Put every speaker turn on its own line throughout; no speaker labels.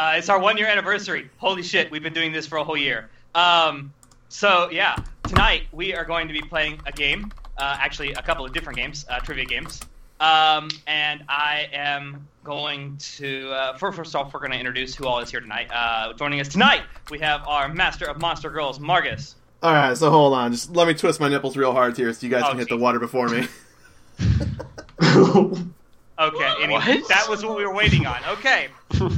Uh, it's our one year anniversary. Holy shit, we've been doing this for a whole year. Um, so yeah, tonight we are going to be playing a game. Uh, actually, a couple of different games, uh, trivia games. Um, and I am going to uh, first, first off, we're going to introduce who all is here tonight. Uh, joining us tonight, we have our master of monster girls, Margus.
All right, so hold on. Just let me twist my nipples real hard here, so you guys
Oh,
can hit the
geez.
water before me.
Okay, I mean,
What?
that was what we were waiting on. Okay.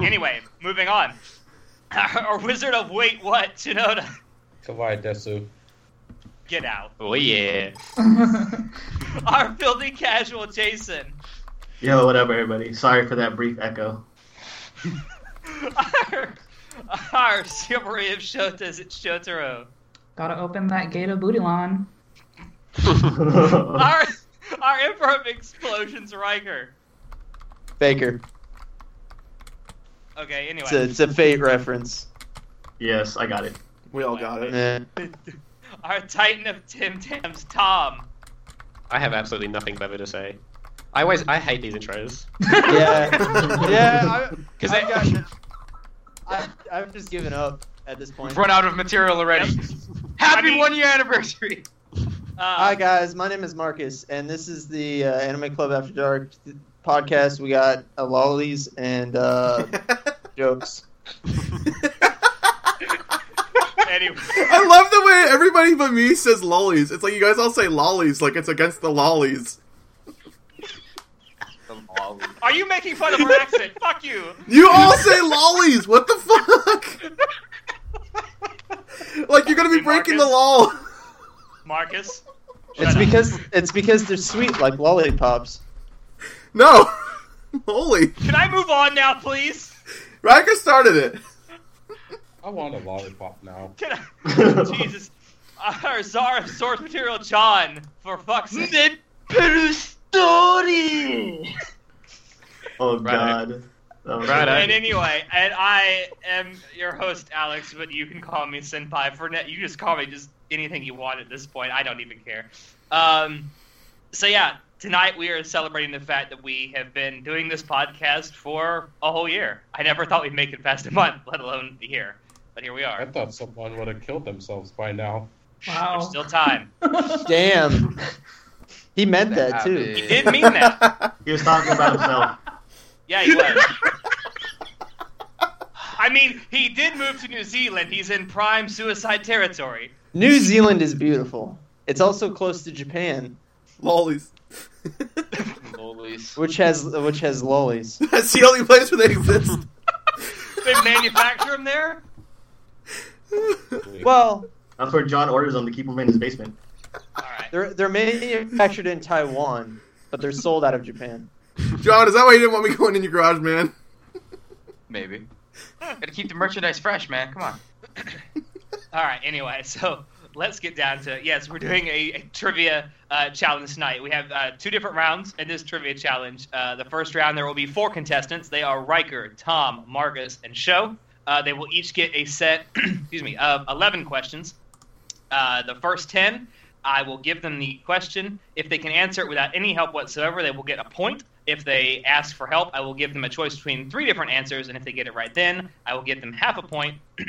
Anyway, moving on. Our wizard of wait what, Tsunoda.
Kawaii Desu.
Get out.
Oh yeah.
Our filthy casual, Jason.
Yo, whatever, everybody. Sorry for that brief echo.
Our, our chivalry of Shotas, Shotaro.
Gotta open that gate of Bootylon.
All
Our, our emperor of explosions, Riker.
Baker.
Okay, anyway.
It's a, it's a fate reference.
Yes, I got it.
We all got it.
Eh.
Our Titan of Tim Tams, Tom.
I have absolutely nothing clever to say. I always I hate these intros
Yeah. yeah. I,
because
I got,
I've
I, I've just given up at this point.
run out of material already. Happy
I mean-
one year anniversary.
Uh,
Hi guys, my name is Marcus, and this is the uh, Anime Club After Dark th- podcast. We got uh, lollies and uh, jokes.
anyway.
I love the way everybody but me says lollies. It's like you guys all say lollies, like it's against the lollies.
Are you making fun of her accent? Fuck you.
You all say lollies. What the fuck? like you're gonna be
Fucking
breaking the
Marcus.
law.
Marcus. shut
It's
up.
because it's because they're sweet like lollipops.
No, holy.
Can I move on now, please?
Riker started it.
I want a lollipop now.
Can I? Jesus. Our czar of source material, John. For fuck's sake.
Oh
Right.
God. Oh, That was-
Right, I-
And anyway, and I am your host, Alex, but you can call me Senpai. For net, you just call me just anything you want at this point. I don't even care. Um, so yeah, tonight we are celebrating the fact that we have been doing this podcast for a whole year. I never thought we'd make it past a month, let alone a year. But here we
I
are.
thought someone would have killed themselves by now.
Wow.
There's still time.
Damn, he meant that
He
too.
did mean that.
He was talking about himself.
Yeah, he was. I mean, he did move to New Zealand. He's in prime suicide territory.
New Zealand is beautiful. It's also close to Japan,
Lollies.
which has which has lollies.
That's the only place where they exist.
They manufacture him there.
Well,
That's where John orders them to keep him in his basement.
All right.
they're they're manufactured in Taiwan, but they're sold out of Japan.
John, is that why you didn't want me going in your garage, man?
Maybe. Gotta keep the merchandise fresh, man. Come on.
All right. Anyway, so let's get down to yes, we're doing a, a trivia uh, challenge tonight. We have uh, two different rounds in this trivia challenge. Uh, the first round there will be four contestants. They are Riker, Tom, Margus, and Show. Uh, they will each get a set, excuse me, of eleven questions. Uh, the first ten, I will give them the question. If they can answer it without any help whatsoever, they will get a point. If they ask for help, I will give them a choice between three different answers, and if they get it right, then I will give them half a point.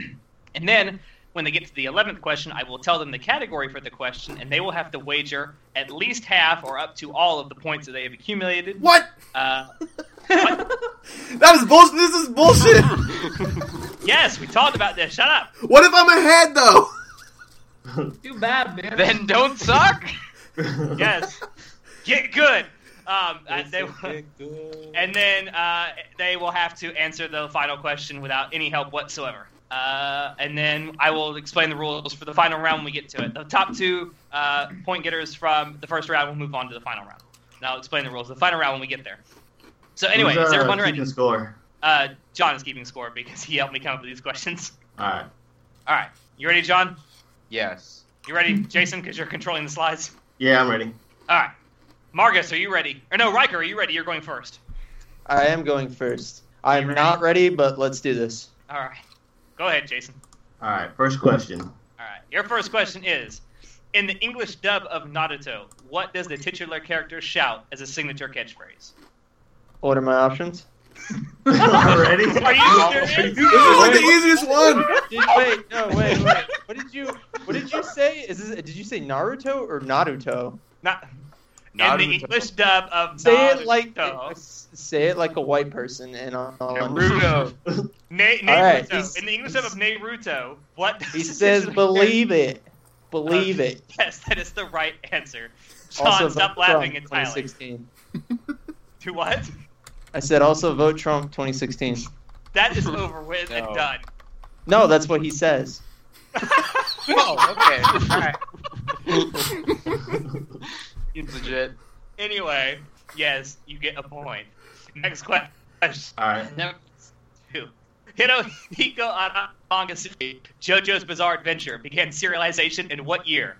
And then when they get to the 11th question, I will tell them the category for the question, and they will have to wager at least half or up to all of the points that they have accumulated.
What?
Uh,
That is bullshit. This is bullshit.
yes, we talked about this. Shut up.
What if I'm ahead though?
Too bad, man.
Then don't suck.
Yes. Get good. Um, uh, they, and
and
then uh, they will have to answer the final question without any help whatsoever. Uh, and then I will explain the rules for the final round when we get to it. The top two uh, point getters from the first round will move on to the final round. And I'll explain the rules of the final round when we get there. So, anyway,
Who's,
is
uh,
everyone ready?
keeping score.
Uh, John is keeping score because he helped me come up with these questions.
All right.
All right, you ready, John?
Yes.
You ready, Jason? Because you're controlling the slides.
Yeah, I'm ready.
All right, Margus, are you ready? Or no, Riker, are you ready? You're going first.
I am going first. I'm not ready, but let's do this.
All right, go ahead, Jason.
All right. First question.
All right, your first question is: In the English dub of Naruto, what does the titular character shout as a signature catchphrase?
What are my options?
Already?
Are you serious?
This is like the easiest one.
Did, wait, no, wait, wait. What did you What did you say? Is this, did you say Naruto or Naruto?
Not,
Not
in the
even-
English dub of
Say it like
Naruto.
say it like a white person, and I'll, I'll
Naruto. Na-
right,
Naruto.
he's-
in the English dub of Naruto, what does
He
this
says,
mean?
"Believe it, believe
Uh,
it."
Yes, that is the right answer. Sean,
Also,
stop
vote
laughing
Trump
entirely.
2016.
To what?
I said also vote Trump 2016.
That is over with and
No.
done.
No, that's what he says.
Oh, okay. All right. It's legit.
Anyway, yes, you get a point. Next question.
Alright.
Number two. Hitohiko Aramagasui, JoJo's Bizarre Adventure, began serialization in what year?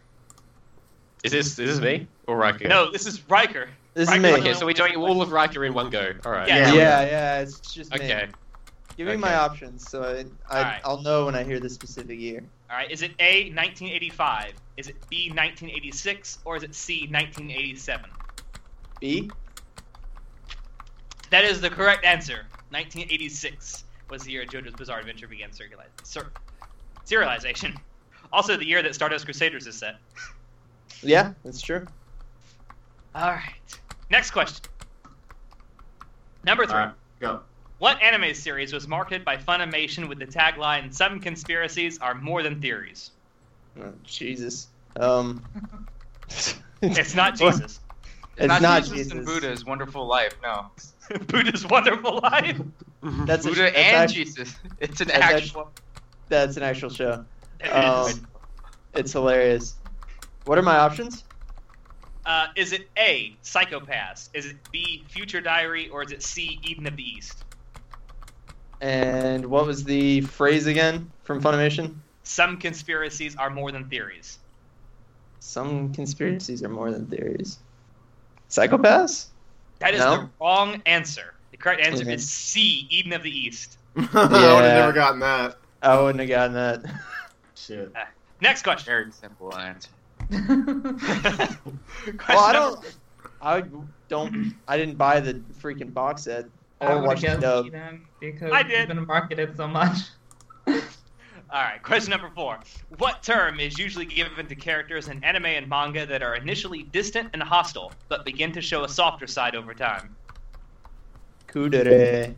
Is this is this me or Riker?
No, this is Riker.
This
Right,
is me.
Okay, so we're doing all of Riker in one go. All right.
Yeah.
yeah, yeah, it's just me.
Okay.
Give me my options so I, I
Alright.
I'll know when I hear the specific year.
All right, is it A, 1985? Is it B, 1986? Or is it C, 1987?
B.
That is the correct answer. 1986 was the year JoJo's Bizarre Adventure began circula- cir- serialization. Also, the year that Stardust Crusaders is set.
Yeah, that's true.
All right. Next question. Number three.
Alright, go.
What anime series was marketed by Funimation with the tagline "Some conspiracies are more than theories"?
Oh, Jesus. Um.
It's not Jesus.
It's not
Jesus, and
Jesus.
Buddha's wonderful life. No,
Buddha's Wonderful Life.
That's a-
Buddha
that's
and
act-
Jesus. It's an
that's act-
actual.
That's an actual show.
It is.
Um, it's hilarious. What are my options?
Uh, is it A. Psychopaths? Is it B. Future Diary? Or is it C. Eden of the East?
And what was the phrase again from Funimation?
Some conspiracies are more than theories.
Some conspiracies are more than theories. Psychopaths?
That is
No?
the wrong answer. The correct answer
Okay.
is C. Eden of the East.
I would have
Yeah.
never gotten that.
I wouldn't have gotten that.
Shit.
Next question.
Very simple answer.
question
well, I
number-
don't. I don't. I didn't buy the freaking box set
I
or
would
watch the
guess
dub.
Eden because
I
I
did.
did. it's been marketed so much.
All right, question number four. What term is usually given to characters in anime and manga that are initially distant and hostile, but begin to show a softer side over time?
Kudere.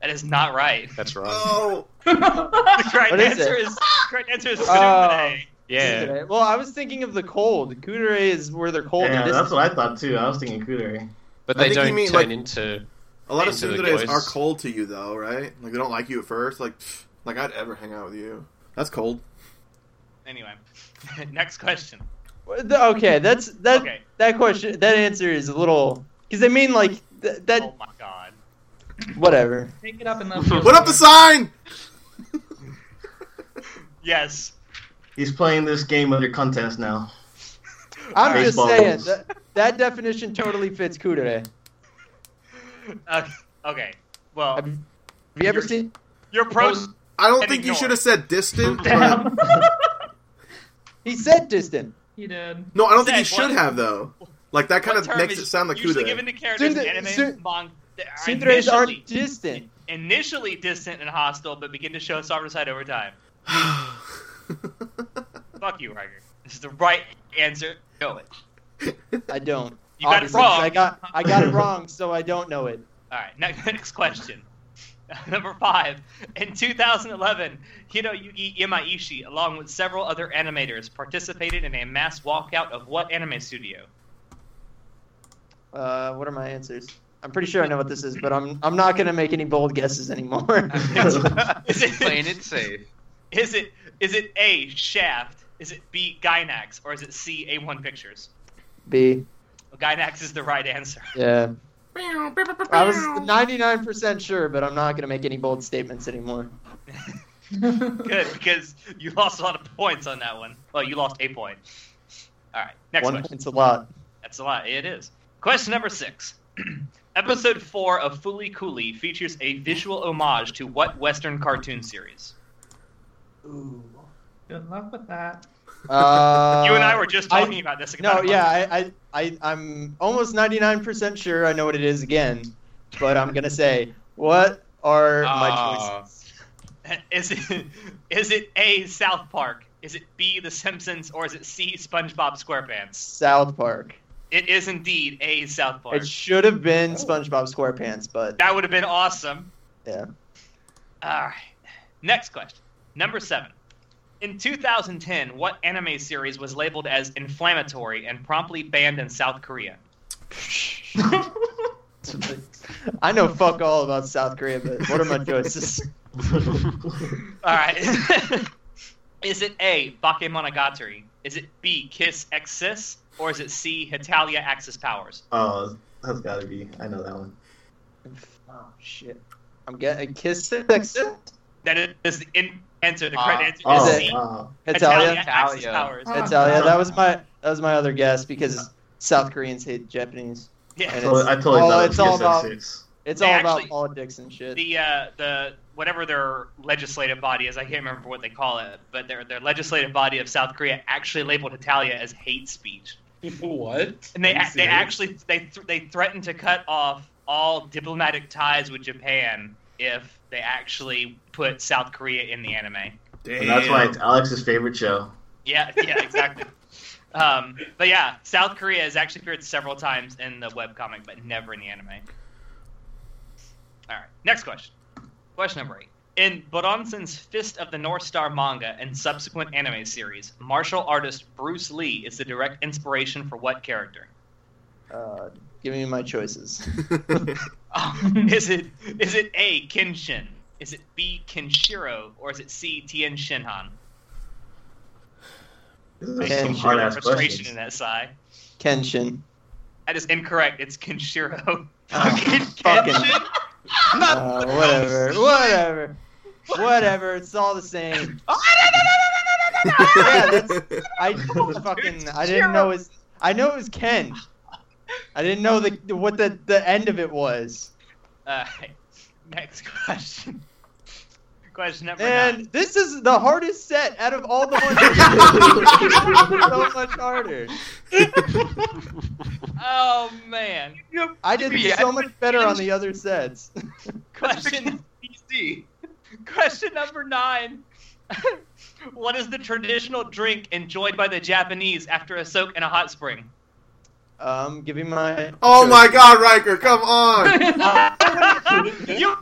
That is not right.
That's right.
Oh,
The correct
What is
answer
it?
is correct answer is
Oh.
Tsunade.
yeah.
Kudere. Well, I was thinking of the cold. Kudere is where they're cold.
Yeah,
and
that's what I thought too. I was thinking Kudere.
But
I think
they
you
don't
mean,
turn
like-
into.
a lot of
Into the
Sundays
ghosts.
are cold to you, though, right? Like they don't like you at first. Like, pfft, like I'd ever hang out with you. That's cold.
Anyway, next question.
distant. The- Okay, that's that.
Okay.
That question. That answer is a little because I mean like th- that.
Oh my god.
Whatever.
Take it up and
Put up the sign.
Yes.
He's playing this game under contest now.
I'm just
Baseball
saying
rules.
that, that definition totally fits Kudere.
Uh, okay. Well,
Have you ever
You're-
seen?
your pros.
I don't
And
think you
ignore.
should have said distant. but-
Damn.
He said distant.
he did.
No, I don't think you
Said what?
should have though. Like that kind
what
of
term
makes
is
it sound like
usually
Kuda.
given to characters in
Tsundere-
anime
tsu-
and manga that are
Sundays are
initially-
distant.
initially distant and hostile, but begin to show a softer side over time. Fuck you, Riker. This is the right answer. Know it.
I don't.
You got it
Obviously,
wrong.
'cause I got I got it wrong, so I don't know it.
All right, next, next question. Number five. In 2011, Hiroyuki Imaishi, along with several other animators, participated in a mass walkout of what anime studio?
Uh, what are my answers? I'm pretty sure I know what this is, but I'm I'm not gonna make any bold guesses anymore.
Is
Playing
it,
it safe.
is it is it A. Shaft? Is it B. Gynax? Or is it C. A1 Pictures?
B.
Well, Gynax is the right answer.
Yeah. I was 99% sure, but I'm not gonna make any bold statements anymore.
Good, because you lost a lot of points on that one. Well, you lost a point. All right, next
One
question.
point's a lot.
That's a lot. It is. Question number six. Episode four of Foolie Cooley features a visual homage to what Western cartoon series?
Good luck with that.
Uh,
you and I were just
I-
talking about this.
No,
about a
yeah,
month-
I, I, I, I'm almost 99% sure I know what it is again, but I'm gonna say What are my
Ah.
choices?
Is it is it A South Park? Is it B The Simpsons or is it C SpongeBob SquarePants?
South Park.
It is indeed A South Park.
It should have been
Oh.
SpongeBob SquarePants, but
That would have been awesome.
Yeah.
All right. Next question. Number seven. In 2010, what anime series was labeled as inflammatory and promptly banned in South Korea?
I know fuck all about South Korea. But what are my choices?
All right. is it A, Bakemonogatari? Is it B, Kiss X Sis? Or is it C, Hitalia Axis Powers?
oh, that's gotta be. I know that one.
oh shit! I'm getting kiss sex.
That is the in- answer. The
Ah.
correct answer
Oh,
is
it-
C,
wow.
Hitalia
Italia.
Axis
Hitalia.
Powers.
Ah.
Italia. That was my that was my other guess because South Koreans hate Japanese.
Yeah.
And
So I totally
Oh,
thought
it's
it
all
was
about-
six.
It's
They
all
actually-
about politics and shit.
the uh, the whatever their legislative body is, I can't remember what they call it, but their their legislative body of South Korea actually labeled Italia as hate speech,
what?
and they
Are you
they
serious?
actually they th- they threatened to cut off all diplomatic ties with Japan if they actually put South Korea in the anime.
Damn.
And that's why it's Alex's favorite show.
Yeah, yeah, exactly. um, but yeah, South Korea has actually appeared several times in the webcomic, but never in the anime. All right, next question. Question number eight. In Bronson's Fist of the North Star manga and subsequent anime series, martial artist Bruce Lee is the direct inspiration for what character?
Uh, give me my choices.
Um, is it is it A. Kenshin? Is it B. Kenshiro? Or is it C. Tien Shinhan?
This
Thank
is some
you for
hard
your
ass
Frustration in
questions.
that sigh.
Kenshin.
That is incorrect. It's Kenshiro.
Oh, fucking-
Kenshin?
Uh, whatever. Whatever. Whatever. It's all the same.
Oh,
Yeah, that's- I fucking. I didn't know it was. I know it was Ken. I didn't know the what the the end of it was.
All right. Next question. Question number nine.
And this is the hardest set out of all the ones. so much harder.
Oh man.
I did
Yeah.
so much better on the other sets.
Question PC. Question number nine. what is the traditional drink enjoyed by the Japanese after a soak in a hot spring?
Um, give me my.
oh my god, Riker, come on!
you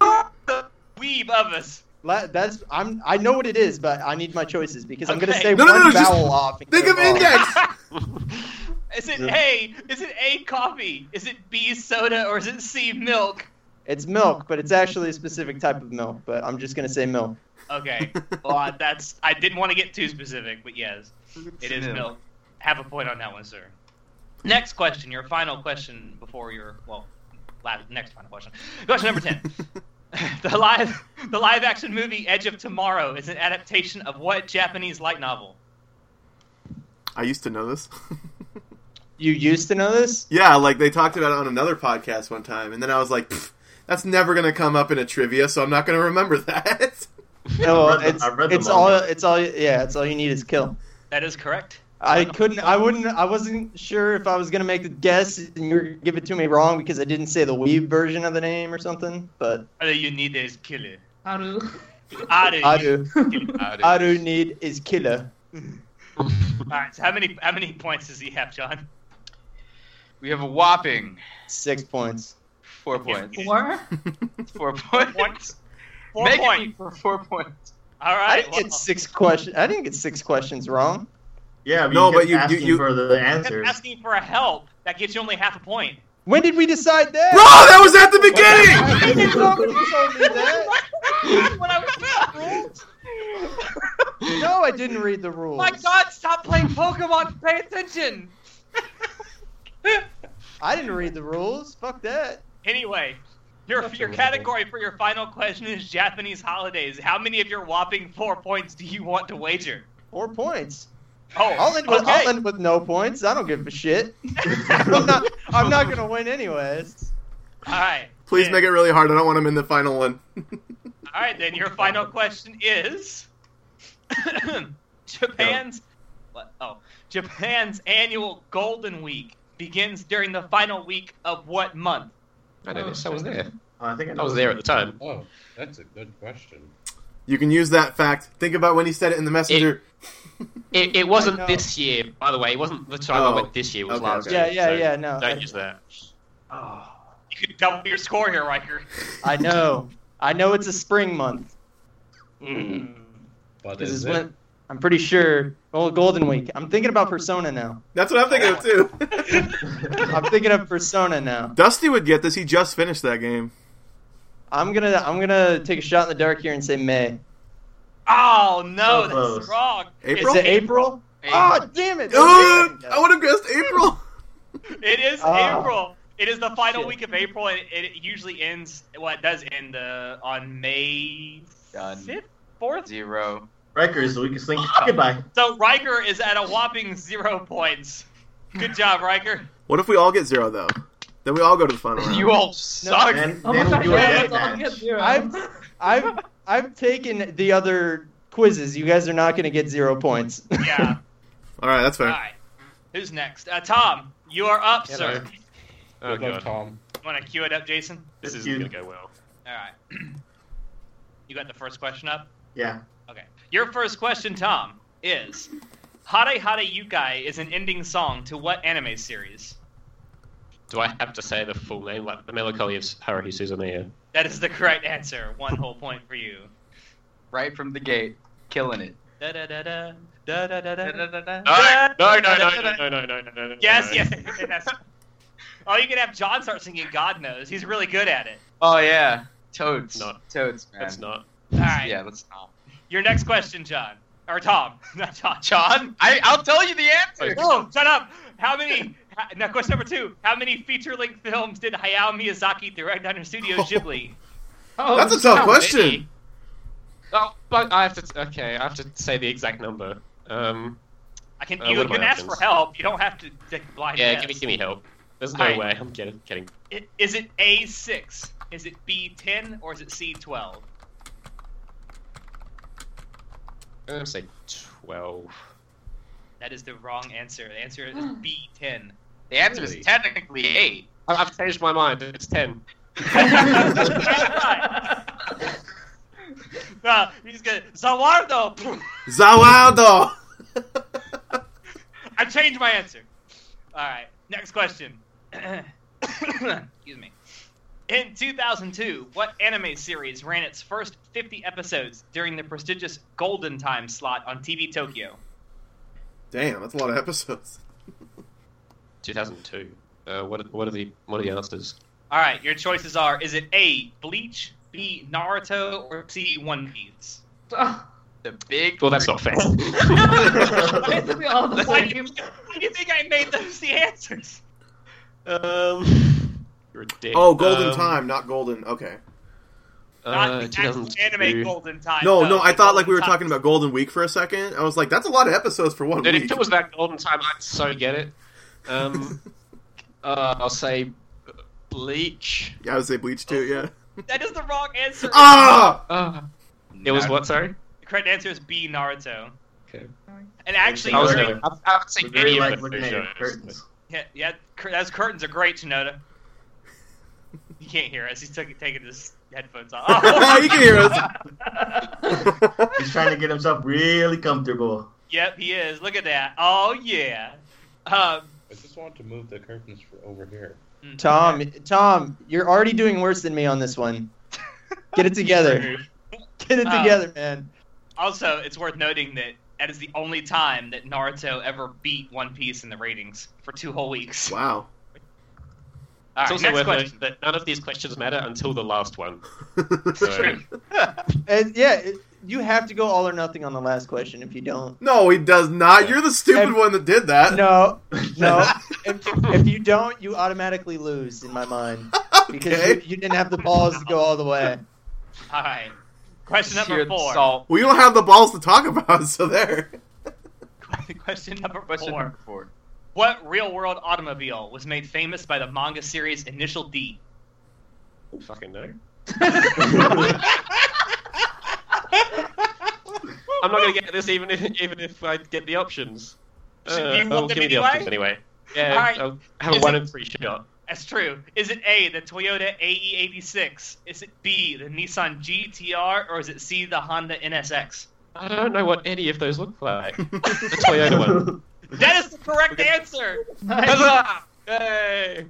are the weeb of us.
La- that's I'm. I know what it is, but I need my choices because I'm gonna
Okay.
say
No, no,
one
no, just
vowel off. and
Think
get
of
it wrong.
index!
Is it A? Is it A coffee? Is it B soda or is it C milk?
It's milk, but it's actually a specific type of milk. But I'm just gonna say milk.
Okay. Well, I- that's I didn't want to get too specific, but yes, it is
Milk.
milk. Have a point on that one, sir. Next question, your final question before your well, last, next final question. Question number ten. the live the live action movie Edge of Tomorrow is an adaptation of what Japanese light novel?
I used to know this.
You used to know this?
yeah, like they talked about it on another podcast one time, and then I was like, "Pfft, that's never gonna come up in a trivia, so I'm not gonna remember that.
No,
I've read the-
it's,
I've read the
it's all.
manga.
It's all. Yeah, it's all you need is kill.
That is correct.
I couldn't. I wouldn't. I wasn't sure if I was gonna make the guess and you were gonna give it to me wrong because I didn't say the weeb version of the name or something. But
All Oh, you need is killer.
Aru.
Aru.
I do.
Howdy.
I do need is killer.
All right. So how many how many points does he have, John?
We have a whopping
Six points.
four points.
Four.
Four points.
Four
Make it
points.
for four points.
All right.
I didn't
well-
get six questions. I didn't get six questions wrong.
Yeah, but
No,
you
but
kept
you- you-
asking
you-
for the
That's
answers.
asking for a help that gets you only half a point.
When did we decide that?
Bro, that was at the beginning!
You told me that.
when I was
No, I didn't read the rules.
Oh My God, stop playing Pokemon! Pay attention.
I didn't read the rules. Fuck that.
Anyway, your
That's
your
a little
category for your final question is Japanese holidays. How many of your whopping four points do you want to wager?
Four points.
Oh,
I'll end with,
okay.
I'll end with no points. I don't give a shit. I'm not. I'm not gonna win anyways.
All right.
Please
then-
make it really hard, I don't want him in the final one.
All right, then your final question is Japan's what? Oh, Japan's annual Golden Week begins during the final week of what month?
I know this. I was there.
Oh, I think I
I
know.
was there at the time.
Oh, that's a good question.
You can use that fact. Think about when he said it in the messenger.
It, it wasn't
know.
this year, by the way. It wasn't the time
Oh.
I went this year. It was
Okay,
last
okay.
Yeah,
year.
yeah,
so
yeah. No,
Don't
I,
use that.
Oh,
You could double your score here, Riker.
I know. I know it's a spring month
But
because it's
is it?
when I'm pretty sure. Well, Golden Week. I'm thinking about Persona now.
That's what I'm thinking of too.
I'm thinking of Persona now.
Dusty would get this. He just finished that game.
I'm gonna I'm gonna take a shot in the dark here and say May.
Oh no,
So
that's
close.
wrong.
April?
Is it April? Oh damn it!
Ugh, I would have guessed April.
It is
Ah.
April. It is the final
Shit.
week of April, and it usually ends. Well, it does end uh, on May
Done.
fifth, fourth.
Zero.
Riker is the weakest link. Goodbye.
So Riker is at a whopping zero points. Good job, Riker.
What if we all get zero though? Then we all go to the final round.
You all suck.
And
Oh my
then we'll
god,
do a
yeah,
dead
let's all get
match.
zero.
I've- I've I've taken the other quizzes. You guys are not gonna get zero points.
Yeah.
all right, that's
All
fair.
right. Who's next? Uh, Tom, you are up,
Yeah,
sir.
no. Oh,
Good luck,
God.
Tom.
Want to cue it up, Jason?
This
Thank
isn't
you.
going to go well.
All right. you got the first question up.
Yeah.
Okay. Your first question, Tom, is Hare Hare Yukai is an ending song to what anime series?
Do I have to say the full name, like the melancholy of Haruhi Suzumiya?
That is the correct answer. One whole point for you.
Right from the gate. Killing it.
Da da da da da da da da.
No, no, no, no, no, no, no, no, no, no.
Yes,
no.
yes. That's... Oh, you can have John start singing God Knows. He's really good at it.
Oh yeah. Toads.
No.
Toads, man.
That's not.
All right.
Yeah, let's not.
Your next question, John. Or Tom. Not John. John?
I, I'll tell you the answer.
No, shut up. How many. ha- Now, question number two. How many feature length films did Hayao Miyazaki direct under Studio Ghibli?
oh,
That's a tough
How
question.
many? Oh, but I have to. Okay, I have to say the exact number. Um,
I can.
Uh,
you
what are
can
my
ask
options?
for help. You don't have to take a blind
yeah,
guess.
give me, give me help. There's no
All right.
way. I'm kidding. kidding.
I- Is it A6? Is it B10? Or is it C12?
I'm gonna say twelve.
That is the wrong answer. The answer is B10.
The answer is
Really?
technically eight.
I- I've changed my mind. It's ten.
Uh, he's gonna Zawardo.
Zawaldo.
I changed my answer. All right, next question. Excuse me. In 2002, what anime series ran its first 50 episodes during the prestigious Golden Time slot on TV Tokyo?
Damn, that's a lot of episodes.
2002. Uh, what, what are the what are the answers?
All right, your choices are: is it A. Bleach, B. Naruto, or C. One Piece?
Oh,
The big.
Well, that's not fair.
basically all the
Why do you,
same.
why do you think I made those the answers?
um, you're a dick.
Oh, Golden
Um,
Time, not Golden. Okay.
Not
Uh,
the actual
2002.
anime Golden Time.
No, no, I
the
thought like we were
Golden
talking about Golden Week for a second. I was like, that's a lot of episodes for one
Dude,
week.
if it was that golden time, I'd so get it. Um, uh, I'll say Bleach.
yeah, I would say Bleach too. Yeah.
Time. That is the wrong answer.
Ah,
Uh, it was what? Sorry.
The correct answer is B. Naruto.
Okay.
And actually,
I was
Sorry.
never. I, I haven't
We're
seen
very
any
like
of
looking
the
at your
shows.
curtains.
yeah, yeah, cur- those curtains are great, Shinoda. He can't hear us. He's took, taking his headphones off. Oh.
you can hear us.
He's trying to get himself really comfortable.
yep, he is. Look at that. Oh yeah. Um, hmm.
I just want to move the curtains for over here.
Tom, Tom, you're already doing worse than me on this one. Get it together. Get it
Uh,
together, man.
Also, it's worth noting that that is the only time that Naruto ever beat One Piece in the ratings for two whole weeks.
wow.
All right,
It's also
next
worth
question.
noting that none of these questions matter until the last one.
True.
And yeah, it, you have to go all or nothing on the last question. If you don't,
no, he does not. You're the stupid
And-
one that did that.
no, no. if, if you don't, you automatically lose in my mind because
Okay.
you, you didn't have the balls to go all the way.
All right. Question number
Sheer
four.
Salt.
Well, you don't have the balls to talk about, so there.
question number
Question
four.
number four.
What real world automobile was made famous by the manga series Initial D?
Fucking no.
That's
I'm not gonna get this even if even if I get the options.
So you want
oh,
them
give me the
anyway?
options anyway. Yeah,
Alright.
I'll have a
Is
one
it-
in three shot.
That's true. Is it A, the Toyota AE86? Is it B, the Nissan GTR? Or is it C, the Honda NSX?
I don't know what any of those look like. The Toyota one.
That is the correct answer! Huzzah! Yay!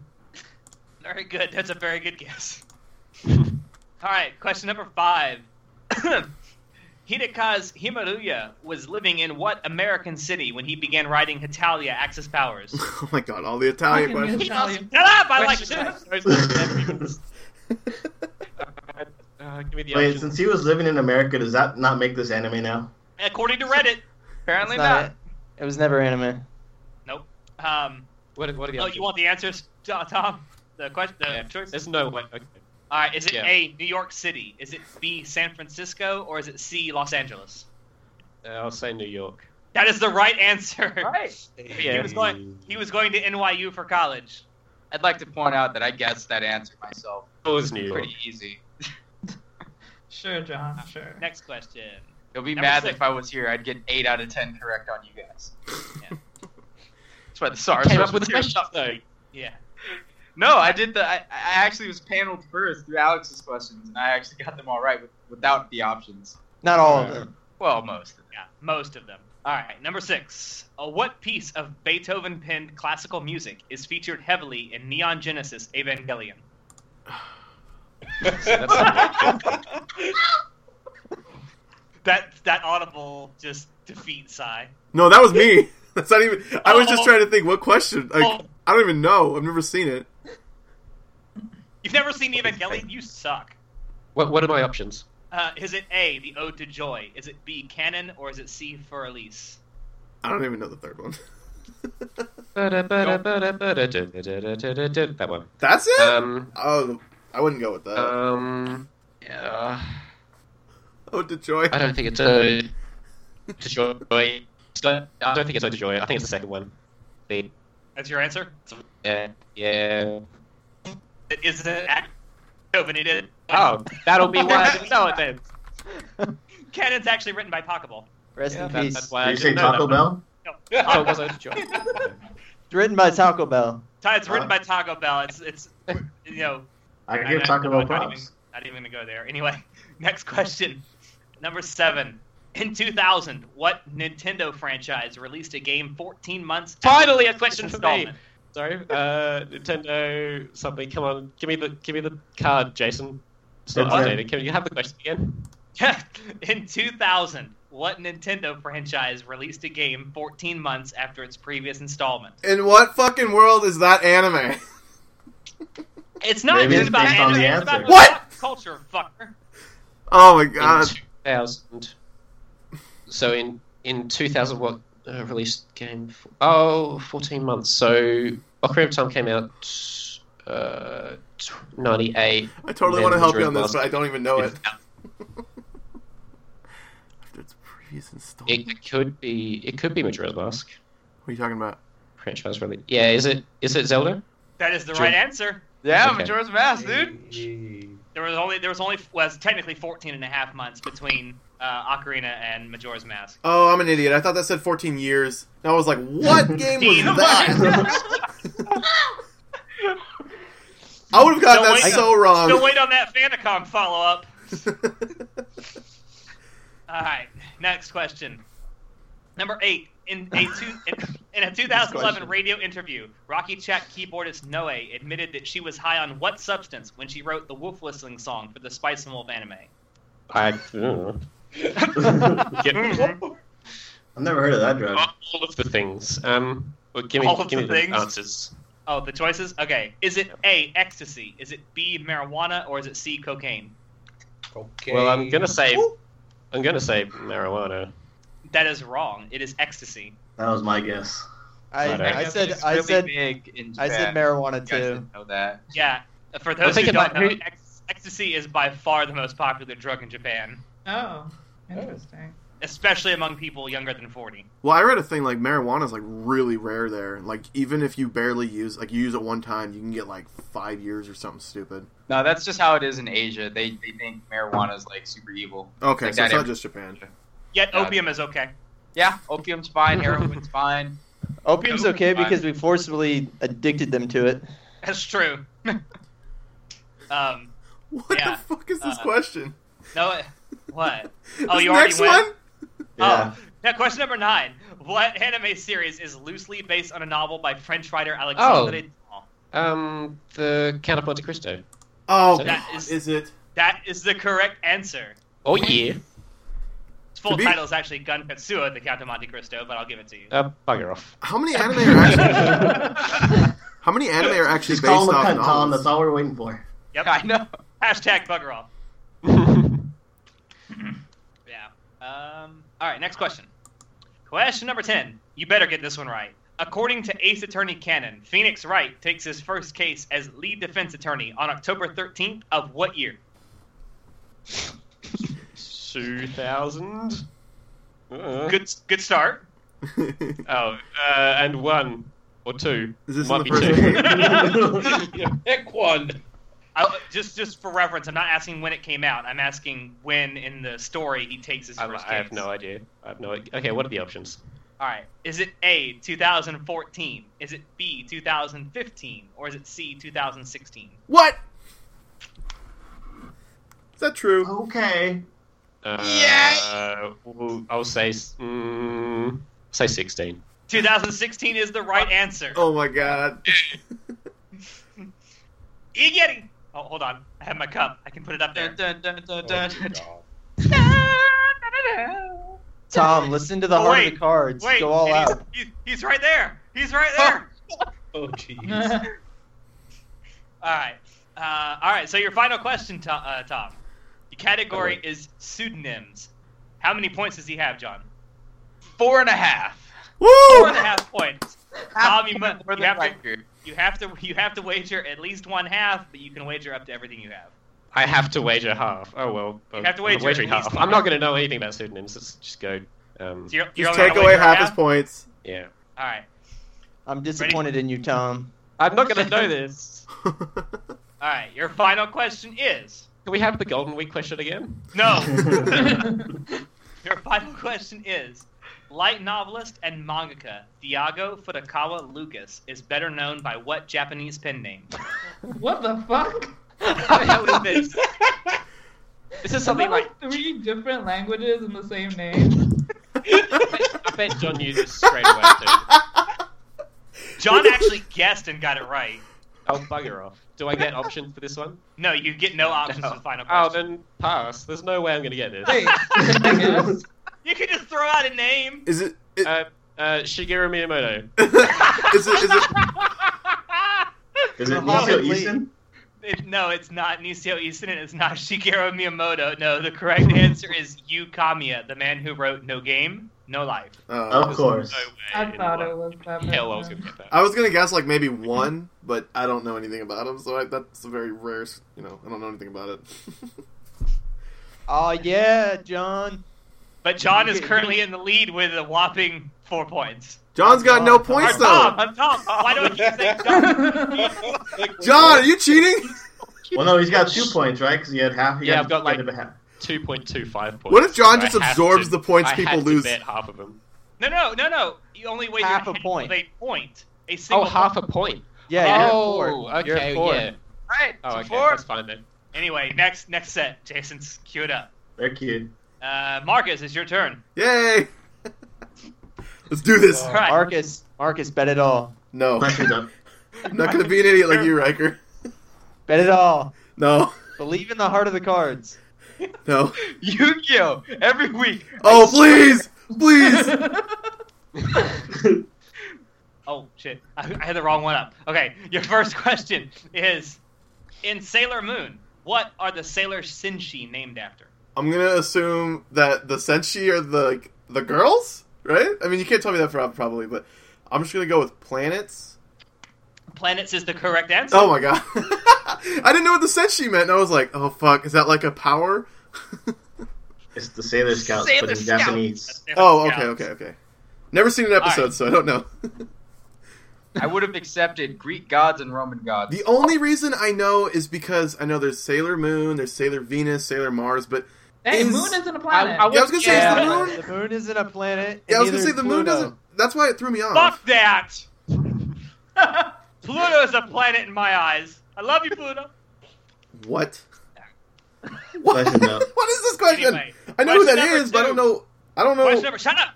Very good. That's a very good guess. All right, question number five. Hidakaze Himaruya was living in what American city when he began writing Hitalia Axis Powers?
Oh my god, all the Italian questions.
Fucking Italian.
Shut up! I Ah, like
Questions
this!
like those are everyone's- Uh, give me the
Wait,
options.
since he was living in America, does that not make this anime now?
According to Reddit,
It's
apparently
not
not.
it. It was never anime.
Um,
What, are- what are the
oh,
options?
you want the answers, To- Tom? The question, the
Yeah.
choice.
There's no way. Okay.
All right. Is it
Yeah.
A. New York City? Is it B. San Francisco? Or is it C. Los Angeles?
Uh, I'll say New York.
That is the right answer.
right.
He was going. He was going to NYU for college.
I'd like to point out that I guessed that answer myself.
It was New York.
Pretty easy.
Sure, John. Sure.
Next question.
You'll be
Number
mad
six.
if I was here. I'd get eight out of ten correct on you guys.
Yeah.
That's why the SARS
Came
was
up with the
here.
question though.
Yeah.
No, I did the. I, I actually was paneled first through Alex's questions, and I actually got them all right with, without the options.
Not all of them.
Well, most. of them.
Yeah. Most of them. All right. Number six. Uh, what piece of Beethoven penned classical music is featured heavily in Neon Genesis Evangelion? That that audible just defeat sigh.
No, that was me. That's not even. I was
Oh.
just trying to think what question. Like,
Oh.
I don't even know. I've never seen it.
You've never seen Evangelion? You suck.
What, what are my options?
Uh, is it A, the Ode to Joy? Is it B, Canon? Or is it C, for Elise?
I don't even know the third one.
That one.
That's it.
Um,
oh, I wouldn't go with that.
um, yeah.
oh, Detroit.
I don't think it's a Dejoy. I don't think it's a Dejoy. I think it's the second one. The,
That's your answer?
yeah, yeah.
It isn't act- Beethoven. It is.
Oh, that'll be why I didn't know it then.
Canon's actually written by Pockable.
Rest in
That-
peace.
that's why I
Did you say
didn't know
Taco
that one.
Bell?
Oh, it was a Dejoy.
It's written by Taco Bell.
Ty, It's written by Taco Bell. It's it's you know.
I
I
give
know,
Taco
I'm
Bell
not even,
props.
not even gonna go there. Anyway, next question, number seven. In 2000, what Nintendo franchise released a game 14 months?
Finally, a question for me.
installment?
Sorry, uh, Nintendo something. Come on, give me the give me the card, Jason. It's not
Nintendo.
updated. Can you have the question again?
Yeah. In 2000, what Nintendo franchise released a game 14 months after its previous installment?
In what fucking world is that anime?
It's not
Maybe
just
it's
about
based on
anime.
the
It's about
answer.
What?
culture, fucker.
Oh my god.
in 2000. So in in 2000, what uh, released game? f- Oh, 14 months. So Ocarina of Time came out uh, t- 98.
I totally
Man,
want to help you on
Madrid
this,
lost.
but I don't even know it.
It,
After its previous installment.
it could be it could be Majora's Mask
What are you talking about?
franchise release. Yeah, is it is it Zelda?
That is the
Sure.
right answer.
Yeah,
Okay.
Majora's Mask, dude.
There was only there was only was technically 14 and a half months between uh, Ocarina and Majora's Mask.
Oh, I'm an idiot. I thought that said 14 years. And I was like, what game was
Dean,
that? I would have gotten
Don't
that
wait-
so wrong.
Still wait on that Famicom follow up. All right, next question. Number eight. In a, two, in, in a 2011
question.
radio interview, Rocky Chat keyboardist Noe admitted that she was high on what substance when she wrote the wolf whistling song for the Spice and Wolf anime.
I don't know. Get
I've never heard of that drug.
all of the things. Um, well, give me
All of
give me
the
the
things?
answers.
Oh, the choices? Okay. Is it A, ecstasy? Is it B, marijuana? Or is it C, cocaine?
Okay.
Well, I'm gonna say I'm gonna say marijuana.
That is wrong. It is ecstasy.
That was my guess.
I,
Right.
I said
It's
I
really
said
big in
I said
Japan.
marijuana
You guys
too.
didn't know that.
Yeah. For
Well,
those
think
who don't
about
know,
who-
ec- ecstasy is by far the most popular drug in Japan,
Oh, interesting.
especially among people younger than 40.
well, I read a thing like marijuana is like really rare there. Like even if you barely use, like you use it one time, you can get like five years or something stupid.
No, Uh, that's just how it is in Asia. They they think marijuana is like super evil.
Okay,
Like
so it's
that
not just Japan.
Yet
Yeah.
opium is okay.
Yeah, opium's fine, heroin's fine.
Opium's okay
Fine.
because we forcibly addicted them to it.
That's true. um,
What
Yeah.
the fuck is this
Uh,
question?
no, uh, what?
This
you already
next
went?
one?
Yeah.
Oh, now question number nine. What anime series is loosely based on a novel by French writer
Oh.
Alexandre Dumas?
Um, the counterpart to Christo.
Oh,
That
God,
is-
is it?
That is the correct answer.
Oh yeah.
Its full
To be-
title is actually Gun Katsua, the Count of Monte Cristo, but I'll give it to you.
Uh, bugger off.
How many anime are actually? how many anime are actually
Just
based
call him a
off
cunt, Tom.
novels?
That's all we're waiting for.
Yep.
I know.
Hashtag bugger off.
Wait,
Yeah. Um, all right, next question. Question number 10. You better get this one right. According to Ace Attorney Canon, Phoenix Wright takes his first case as lead defense attorney on October 13th of what year?
2000 uh,
Good good start.
oh uh, and one or two
Is this
Might
in the
be
first
two.
game?
Pick one.
I, just just for reference, I'm not asking when it came out. I'm asking when in the story he takes his
I,
first
I
case.
have no idea I have no idea. okay what are the options
All right. Is it A, 2014? Is it B, 2015? Or is it C, 2016?
What? Is that true?
Oh. okay.
uh,
Yeah.
well, I'll say s- mm, say 16
2016 is the right answer.
Oh my god.
E Yeti. Oh, hold on. I have my cup. I can put it up there.
Dun, dun, dun, dun, dun,
Oh,
dun.
God.
Tom, listen to the
Oh,
heart
wait,
of the cards.
Wait,
Go all
and he's,
out.
He's, he's right there. He's right there.
Oh, jeez.
all right. Uh, all right. So your final question, To- uh, Tom. The category is pseudonyms. How many points does he have, John?
Four and a half.
Woo!
Four and a half points. Tom, you, mu-
More
you
than
have to,
Riker.
you have to you have to wager at least one half, but you can wager up to everything you have.
I have to wager half oh well
You have to
I'm
wager
wagering
at least
half
one.
I'm not going to know anything about pseudonyms let's just go um,
So you're, you're
Just
only
take
gonna
away
wager
half his points.
yeah
All right.
I'm disappointed in you, Tom.
I'm not going to know this
All right. Your final question is
can we have the golden week question again
no. Your final question is light novelist and mangaka Diago Futakawa Lucas is better known by what Japanese pen name?
what the fuck?
How the hell is this this is something like
three different languages in the same name.
I bet John knew this straight away too
John actually guessed and got it right.
Oh, bugger off. Do I get options for this one?
No, you get no options
No.
for the final
Oh,
question.
then pass. There's no way I'm going to get this.
Wait, I guess.
You could just throw out a name.
Is it? it
Uh, uh, Shigeru Miyamoto.
is it? Is it?
Is it
Muhammad
Nisio
Lee.
Easton?
It- no, it's not Nisio Eason and it's not Shigeru Miyamoto. No, the correct answer is Yu Kamiya, the man who wrote No Game, No Life.
Uh,
Of course.
Oh,
No way.
I
in
thought
what
it was that.
Hell, I was
person.
going to get that.
I was gonna guess like maybe one, but I don't know anything about him, so I, that's a very rare. s- You know, I don't know anything about it.
Oh yeah, John.
But John is currently in the lead with a whopping four points.
John's got no
Alright,
points
Or Tom,
though.
I'm Tom. Why don't you say Tom?
John, are you cheating?
Well, no, he's got two points, right? Because he had half. He
Yeah,
had-
I've got, like-
he had half.
2.25 points.
What if John
So I
just
have
absorbs
to-
the points
I
people
had to
lose?
bet half of them.
No, no, no, no. You only wager
Half a point.
Of a point. A
Oh,
single
half
point.
a point.
Yeah, you're
oh,
at 4 You're
okay,
at four.
yeah.
Right.
Oh,
so
okay,
four.
that's fine then.
Anyway, next next set. Jason's queued up.
They're cute.
Uh, Marcus, it's your turn.
Yay! Let's do this.
Oh.
Right.
Marcus, Marcus, bet it all.
No,
Pressure's up.
I'm not gonna be an idiot like you, Riker.
Bet it all.
No,
Believe in the heart of the cards.
no.
Yu-Gi-Oh! Every week.
Oh, please, please.
Oh shit! I, I had the wrong one up. Okay, your first question is: In Sailor Moon, what are the Sailor Senshi named after?
I'm gonna assume that the senshi are the the girls, right? I mean, you can't tell me that for probably, but I'm just gonna go with planets.
Planets is the correct answer.
Oh my god, I didn't know what the senshi meant, and I was like, oh fuck, is that like a power?
It's the Sailor Scouts,
Sailor
but in
Scouts.
Japanese.
oh, okay,
Yeah.
okay, okay. Never seen an episode,
Alright.
so I don't know.
I would have accepted Greek gods and Roman gods.
the only reason I know is because I know there's Sailor Moon, there's Sailor Venus, Sailor Mars, but
Hey,
Is-
moon isn't a planet.
I
yeah, I was gonna say
Yeah,
it's the
but
moon.
the moon isn't a planet.
Yeah, I
and
was gonna
neither
say
is
the moon
Pluto.
doesn't. That's why it threw me off.
Fuck that! Pluto is a planet in my eyes. I love you, Pluto.
What? What?
Question up.
what is this question?
Anyway,
I know who
question
that
number
is, but I
two.
don't know. I don't
question
know.
number. Shut up.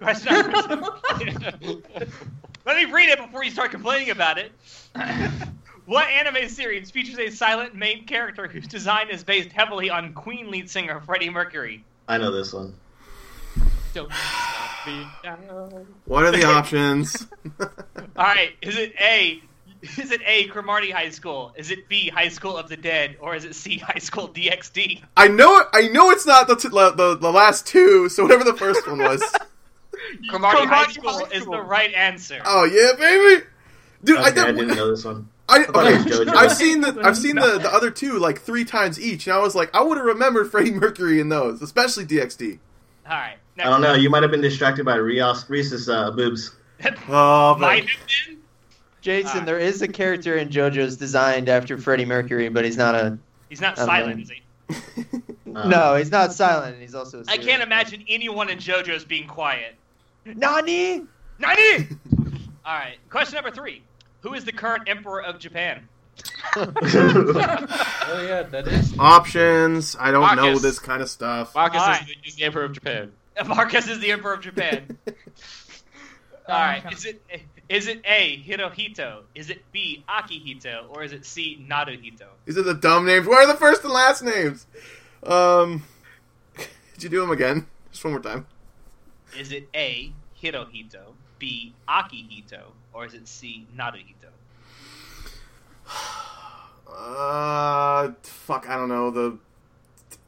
Question number. two. Let me read it before you start complaining about it. what anime series features a silent main character whose design is based heavily on Queen lead singer Freddie Mercury?
I know this one.
Don't stop me now.
What are the options?
All right, is it A? Is it A. Cromarty High School? Is it B. High School of the Dead? Or is it C. High School DxD?
I know. it- I know it's not the, t- la- the the last two. So whatever the first one was.
Cromarty, High
Cromarty
School
High
is
School.
the right answer.
Oh yeah, baby. Dude,
Okay, I,
I, did,
didn't know this one.
I
thought it was
okay,
JoJo.
I've seen the I've seen the, the other two like three times each, and I was like, I would have remembered Freddie Mercury in those, especially DxD.
All right,
I
next
don't know.
one.
You might have been distracted by Rios, Reese's uh, boobs.
Oh,
Might have been.
Jason,
Ah.
there is a character in JoJo's designed after Freddie Mercury, but he's not a.
He's not
Um,
silent, is he?
Um,
no, he's not silent, and he's also. A
Ah. I can't imagine anyone in JoJo's being quiet.
Nani.
Ninety. All right, question number three. Who is the current emperor of Japan?
Oh yeah, that is.
options. I don't know
Marcus.
this kind of stuff.
Marcus
Alright.
is, the, is the emperor of Japan.
Marcus is the emperor of Japan. All right, is it is it A. Hirohito? Is it B. Akihito? Or is it C. Naruhito?
These are the dumb names. What are the first and last names? Um, did you do them again? Just one more time.
Is it A. Hirohito? B. Akihito? Or is it C. Naruhito?
Uh, fuck, I don't know. The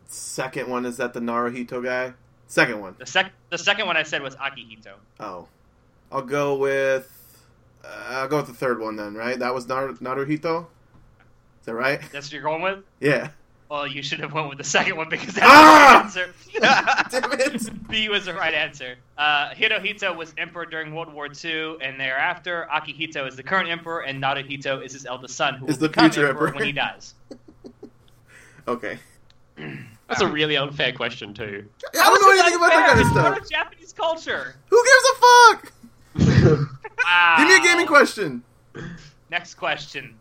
second one is that the Naruhito guy. Second one.
The sec the second one I said was Akihito.
Oh, I'll go with. Uh, I'll go with the third one then. Right? That was Nar- Naruhito. Is that right?
That's what you're going with.
Yeah.
Well, you should have went with the second one because that's
Ah!
the right answer.
Damn it.
B was the right answer. Uh, Hirohito was emperor during World War II, and thereafter, Akihito is the current emperor, and Naruhito is his eldest son, who
Is
will
the
become
future
emperor
emperor.
when he dies.
Okay.
That's a really unfair question too.
I don't know anything about that kind of
Part
stuff.
of Japanese culture.
Who gives a fuck?
Wow.
Give me a gaming question.
Next question.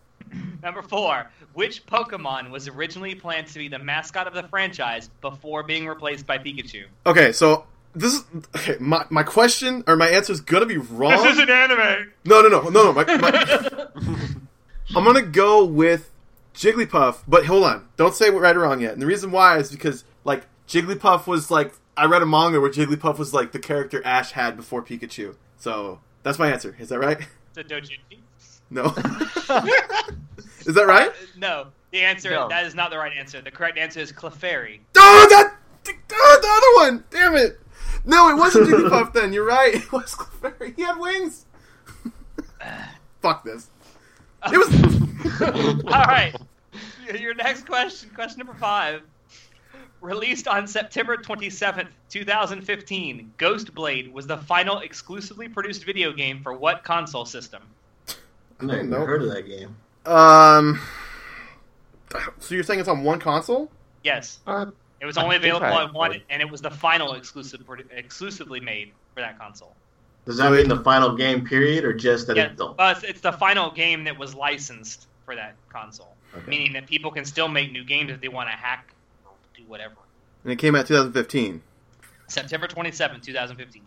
Number four. Which Pokemon was originally planned to be the mascot of the franchise before being replaced by Pikachu?
Okay, so this is okay. My my question or my answer is gonna be wrong.
anime.
No, no, no, no, no. My, my, I'm gonna go with Jigglypuff, but hold on, don't say what right or wrong yet. And the reason why is because like Jigglypuff was like I read a manga where Jigglypuff was like the character Ash had before Pikachu. So that's my answer. Is that right?
It's a dojinshi.
No. is that right?
No. The answer
No.
that is not the right answer. The correct answer is Clefairy.
Oh, that oh, the other one. Damn it. No, it wasn't Jigglypuff then. You're right. It was Clefairy. He had wings. Fuck this. It was.
All right. Your next question, question number five. Released on September 27th, 2015, Ghost Blade was the final exclusively produced video game for what console system?
I've never even
Nope.
heard of that game.
um. So you're saying it's on one console?
Yes.
Uh,
It was
I
only
think
available
I
on one,
would.
and it was the final exclusive produ- exclusively made for that console.
Does that mean the final game period or just that
Yeah,
it's the
well, it's, it's the final game that was licensed for that console,
Okay.
meaning that people can still make new games if they want to hack or do whatever.
And it came out 2015.
September 27th, 2015.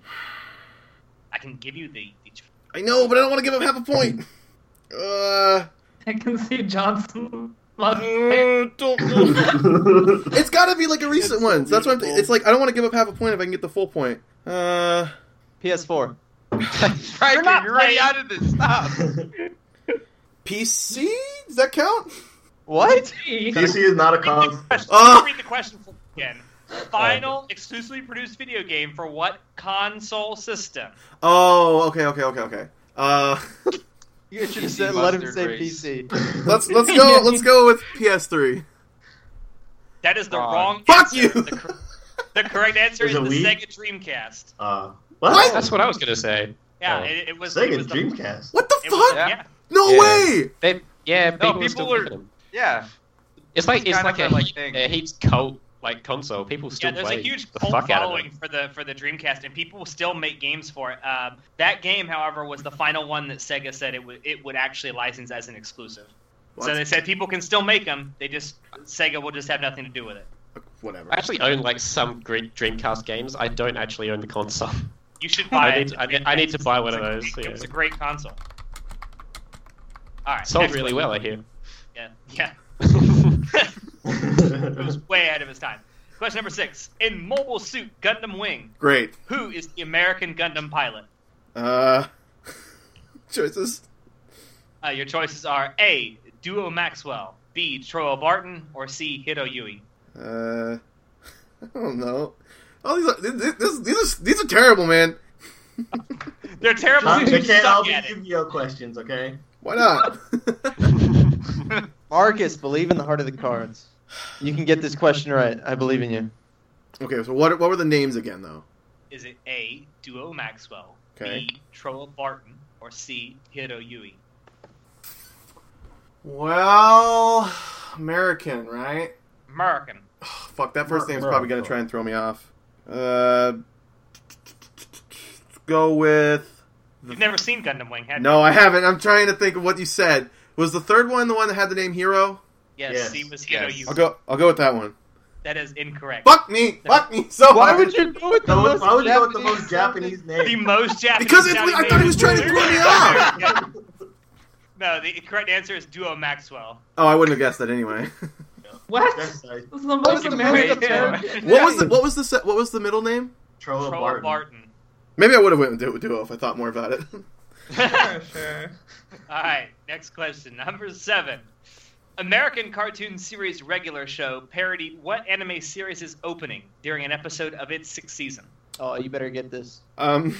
I can give you the, the
I know, but I don't want to give up half a point. Uh,
I can see Johnson.
uh, don't know. it's got to be like a recent one. So that's why I'm th- it's like I don't want to give up half a point if I can get the full point. Uh,
PS4.
You're
Frankie,
not
you're,
playing.
already out of this. Stop.
PC? Does that count?
What?
PC is not a con.
question.
Ah!
Let me read the question for- again. Final exclusively produced video game for what console system?
Oh, okay, okay, okay, okay. Uh,
You should have
PC
said let him
mustard
say
race.
PC.
let's let's go let's go with PS3.
That is the
Wrong.
wrong.
Fuck
answer.
you!
The, cor- the correct answer
Is
is,
it
the
Wii?
Sega Dreamcast.
Uh,
What?
That's what I was gonna say.
Yeah,
Oh.
it, it was. it
Sega
was the-
Dreamcast.
What the
it was-
fuck?
Yeah.
yeah.
No
Yeah.
way!
They, yeah,
No,
people,
people
still
are-
look at them.
Yeah.
It's like
It's
it's
kind
like
of
a,
a, like,
heat,
thing.
a heat cult like console. People still
Yeah, there's
play
a huge
the
cult
fuck out of
following
it.
for the for the Dreamcast, and people still make games for it. Um, that game, however, was the final one that Sega said it would it would actually license as an exclusive. So
What?
they said people can still make them. They just Sega will just have nothing to do with it.
Whatever.
I actually own like some great Dreamcast games. I don't actually own the console.
You should buy.
I
it.
need, I need, I need to buy one of
It's
those.
a-
Yeah.
It's a great console. All right,
Sold
next
really
one.
well, I hear.
Yeah, yeah. it was way ahead of his time. Question number six: In Mobile Suit Gundam Wing,
Great.
who is the American Gundam pilot?
Uh, choices.
Uh, your choices are A. Duo Maxwell, B. Troy Barton, or C. Hito Yui.
Uh, I don't know. Oh, these are, this, this, these are these are terrible, man.
They're terrible.
Um,
dudes
they
who
can't
suck
all be
at it.
Yu-Gi-Oh questions, okay?
Why not?
Marcus, believe in the heart of the cards. You can get this question right. I believe in you.
okay, so what what were the names again, though?
Is it A. Duo Maxwell,
Okay.
B. Troy Barton, or C. Hito Yui?
Well, American, right?
American.
Fuck, that first
Mer-
name's probably gonna
Merkel.
try and throw me off. Uh, go with
You've never seen Gundam Wing, have you?
no, I haven't. I'm trying to think of what you said. Was the third one the one that had the name Hero?
Yes,
Yes.
C was Hito
Yes.
Yui.
I'll go. I'll go with that one.
That is incorrect.
Fuck me. Fuck me. So
Why
hard.
would you go with the
So
most
why would you go with the most
Japanese?
Japanese
The
name?
most Japanese.
Because it's-
sounding
I thought he was
name.
trying to throw me off.
Yeah. No, the correct answer is Duo Maxwell.
Oh, I wouldn't have guessed that anyway.
What?
That's
This
nice.
is the
That was
most
the
American.
most
What was the what was the se- what was the middle name?
Troll
Troll
Barton.
Barton.
Maybe I would have went with Du- Duo if I thought more about it.
All right, next question. Number seven. American cartoon series regular show parody what anime series is opening during an episode of its sixth season?
Oh, you better get this.
Um,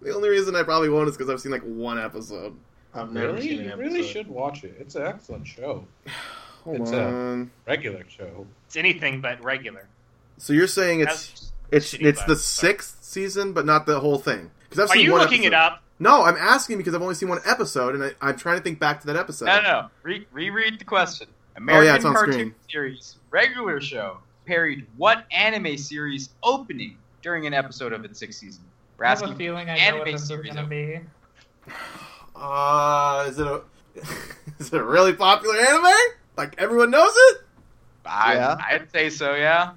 the only reason I probably won't is because I've seen like one episode.
I've never
Really,
seen an
you
episode.
really should watch it. It's an excellent show.
Hold
It's, uh,
on.
Regular show.
It's anything but regular.
Um, So you're saying it's
That's-
it's
shitty
it's the
vibes, sorry.
sixth season, but not the whole thing. Because I've
Are
seen
you
one
looking it
episode.
up?
No, I'm asking because I've only seen one episode, and I, I'm trying to think back to that episode. Oh,
No, no, no. Re- reread the question.
Oh,
yeah,
American
it's on
cartoon
screen.
series regular show parried what anime series opening during an episode of its sixth season? We're
I have a
asking.
feeling I know
anime
what this is
series
gonna
out.
be.
Uh, is it a is it a really popular anime? Like everyone knows it.
I,
Yeah.
I'd say so. Yeah.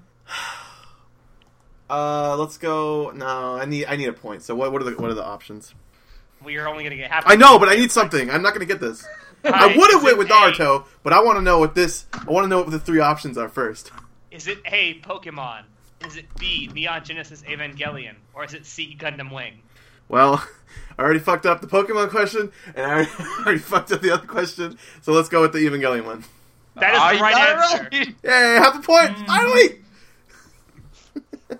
Uh, let's go. No, I need I need a point. So what what are the what are the options?
We are only going to get half.
I know, but I need something. I'm not gonna get this. I would have went with Naruto, but I want to know what this. I want to know what the three options are first.
Is it A, Pokemon? Is it B, Neon Genesis Evangelion? Or is it C, Gundam Wing?
Well, I already fucked up the Pokemon question, and I already, already fucked up the other question. So let's go with the Evangelion one.
That is
Oh,
the
you
right
got it
answer.
right.
Yay, half a point finally.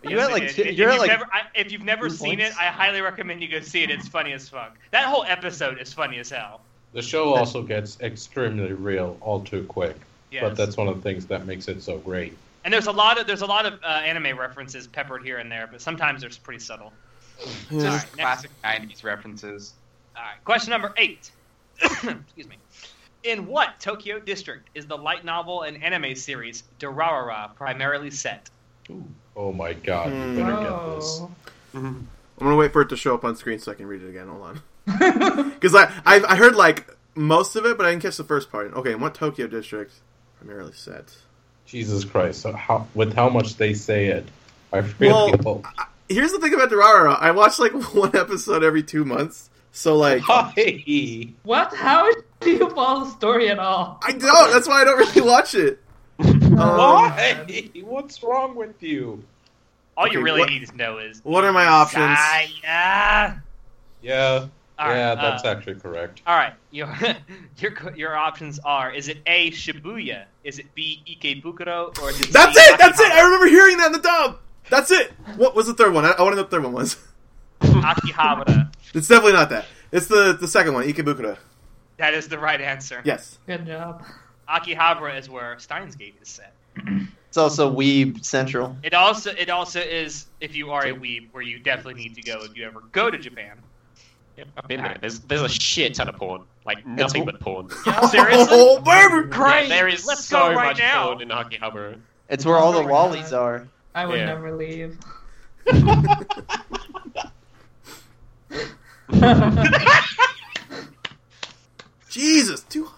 You had
they
like
did.
two,
if,
you're
if you've
at like
never, I, if you've never
two
seen
points.
it, I highly recommend you go see it. It's funny as fuck. That whole episode is funny as hell.
The show also gets extremely real all too quick,
Yes.
but that's one of the things that makes it so great.
and there's a lot of there's a lot of uh, anime references peppered here and there, but sometimes they're pretty subtle.
Just
All right, next.
classic '90s references.
All right, question number eight. Excuse me. In what Tokyo district is the light novel and anime series Durarara primarily set?
Oh my god,
Hmm.
you better get this.
Oh.
I'm gonna wait for it to show up on screen so I can read it again. Hold on, because I, I I heard like most of it, but I didn't catch the first part. Okay, in what Tokyo district? Primarily set.
Jesus Christ, so how, with how much they say it, I really
Well,
uh,
hope.
Here's the thing about Durarara. I watch like one episode every two months, so like
Hi.
what? How do you follow the story at all?
I don't. That's why I don't really watch it. Um,
Why? What's wrong with you?
All
Okay,
you really
what-
need to know is
what are my options?
Saya.
Yeah,
All right,
yeah, that's
uh,
actually correct.
All right, your your your options are: is it A Shibuya, is it B Ikebukuro, or is it
That's
C,
it. That's it. I
Akihabara?
remember hearing that in the dub. That's it. What was the third one? I, I want to know what the third one was.
Akihabara.
It's definitely not that. It's the the second one, Ikebukuro.
That is the right answer.
Yes.
Good job.
Akihabara is where Steins Gate is set.
it's also Weeb Central.
It also it also is if you are a weeb, where you definitely need to go if you ever go to Japan.
I've been there. There's there's a shit ton of porn. Like nothing but porn.
Seriously?
Oh, baby.
Great.
Yeah, there is
Let's
so
go right
much
now.
porn in Akihabara.
It's where all the
Oh my
lollies
God.
are.
I would
Yeah.
never leave.
Jesus, two.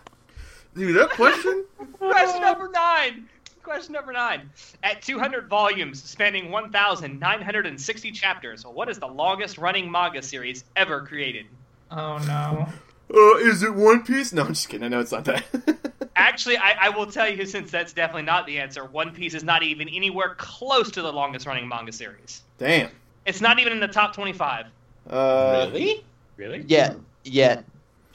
Dude, that question.
Question number nine. Question number nine. At 200 volumes, spanning 1,960 chapters, what is the longest-running manga series ever created?
oh no.
Uh, is it One Piece? No, I'm just kidding. I know it's not that.
Actually, I, I will tell you since that's definitely not the answer. One Piece is not even anywhere close to the longest-running manga series.
Damn.
It's not even in the top 25
Uh,
really? Really?
Yet, yet.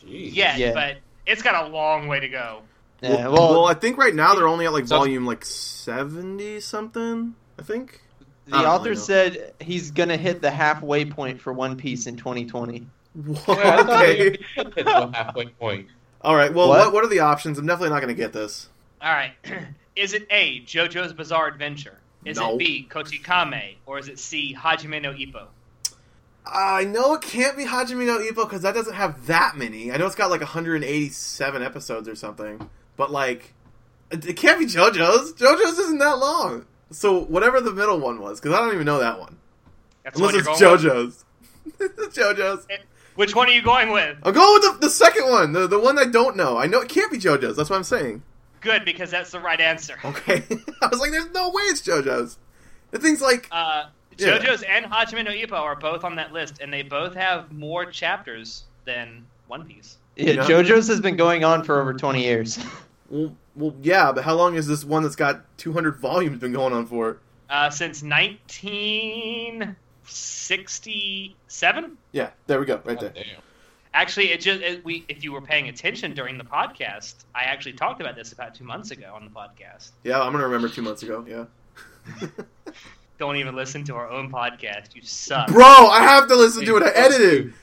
Jeez.
yet,
Yeah.
but it's got a long way to go.
Yeah,
well,
well,
well, I think right now they're only at like
So-
volume like seventy something. I think.
the
I don't
author
really know.
said he's gonna hit the halfway point for One Piece in 2020.
Whoa,
Yeah, I thought
okay.
it hit the halfway point.
All right. Well,
What?
what? what are the options? I'm definitely not going to get this.
All right. is it A, JoJo's Bizarre Adventure? Is
No.
it B, Kochikame? Or is it C, Hajime no Ippo?
I know it can't be Hajime no Ippo because that doesn't have that many. I know it's got like 187 episodes or something, but like, it, it can't be JoJo's. JoJo's isn't that long. So whatever the middle one was, because I don't even know that one.
That's the
Unless
one
it's
you're going with?
JoJo's. it's JoJo's.
Which one are you going with?
I'm going with the, the second one, the, the one I don't know. I know it can't be JoJo's. That's what I'm saying.
Good, because that's the right answer.
Okay. I was like, there's no way it's JoJo's. The thing's like,
Uh,
Yeah.
JoJo's and Hajime no Ippo are both on that list, and they both have more chapters than One Piece.
Yeah,
No.
JoJo's has been going on for over 20 years.
well, well, yeah, but how long has this one that's got 200 volumes been going on for?
Uh, since 1967?
Yeah, there we go, right
God
there.
damn.
Actually, it just it, we if you were paying attention during the podcast, I actually talked about this about two months ago on the podcast.
Yeah, I'm gonna remember two months ago. Yeah,
Don't even listen to our own podcast. You suck.
bro, I have to listen to it. I edited.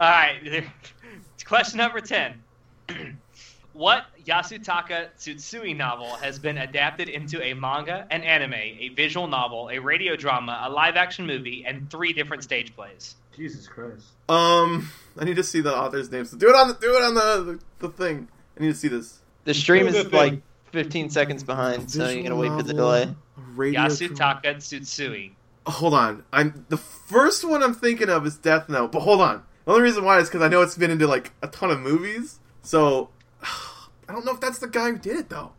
All right. Question number 10. what Yasutaka Tsutsui novel has been adapted into a manga, an anime, a visual novel, a radio drama, a live action movie, and three different stage plays?
Jesus Christ.
um, I need to see the author's name. So do it on the do it on the the, the thing. I need to see this.
The stream
Here's
is
the thing.
like 15 seconds behind, so you gotta wait for the
Visual novel,
delay.
Radio drama.
Yasutaka Tsutsui.
Hold on, I'm the first one I'm thinking of is Death Note, but hold on. The only reason why is because I know it's been into like a ton of movies, so I don't know if that's the guy who did it though.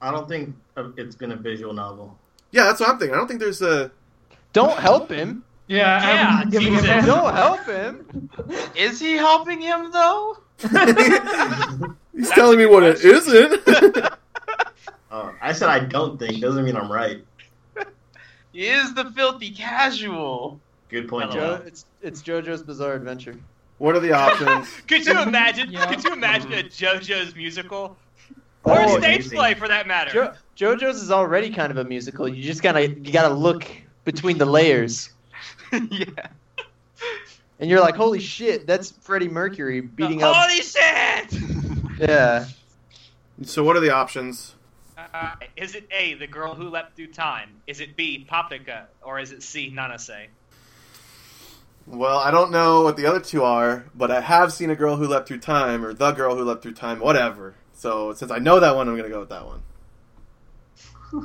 I don't think uh, it's been a visual novel.
Yeah, that's what I'm thinking. I don't think there's a.
Don't help him.
Yeah,
Yeah,
I'm giving it
Jesus.
back.
Don't help him.
Is he helping him though?
He's telling me what it isn't.
Uh, I said I don't think. Doesn't mean I'm right.
He is the filthy casual.
Good point,
Hello.
Joe.
Jo- it's it's JoJo's Bizarre Adventure.
what are the options?
Could you imagine?
Yeah.
Could you imagine a JoJo's musical?
Oh,
Or a stage
amazing.
play for that matter.
Jo- JoJo's is already kind of a musical. You just gotta you gotta look between the layers,
yeah.
and you're like, holy shit, that's Freddie Mercury beating up.
Holy shit!
Yeah.
So what are the options?
Uh, is it A, the girl who leapt through time? Is it B, Paprika? Or is it C, Nanase?
Well, I don't know what the other two are, but I have seen a girl who leapt through time, or the girl who leapt through time, whatever. So since I know that one, I'm gonna go with that one.
That's,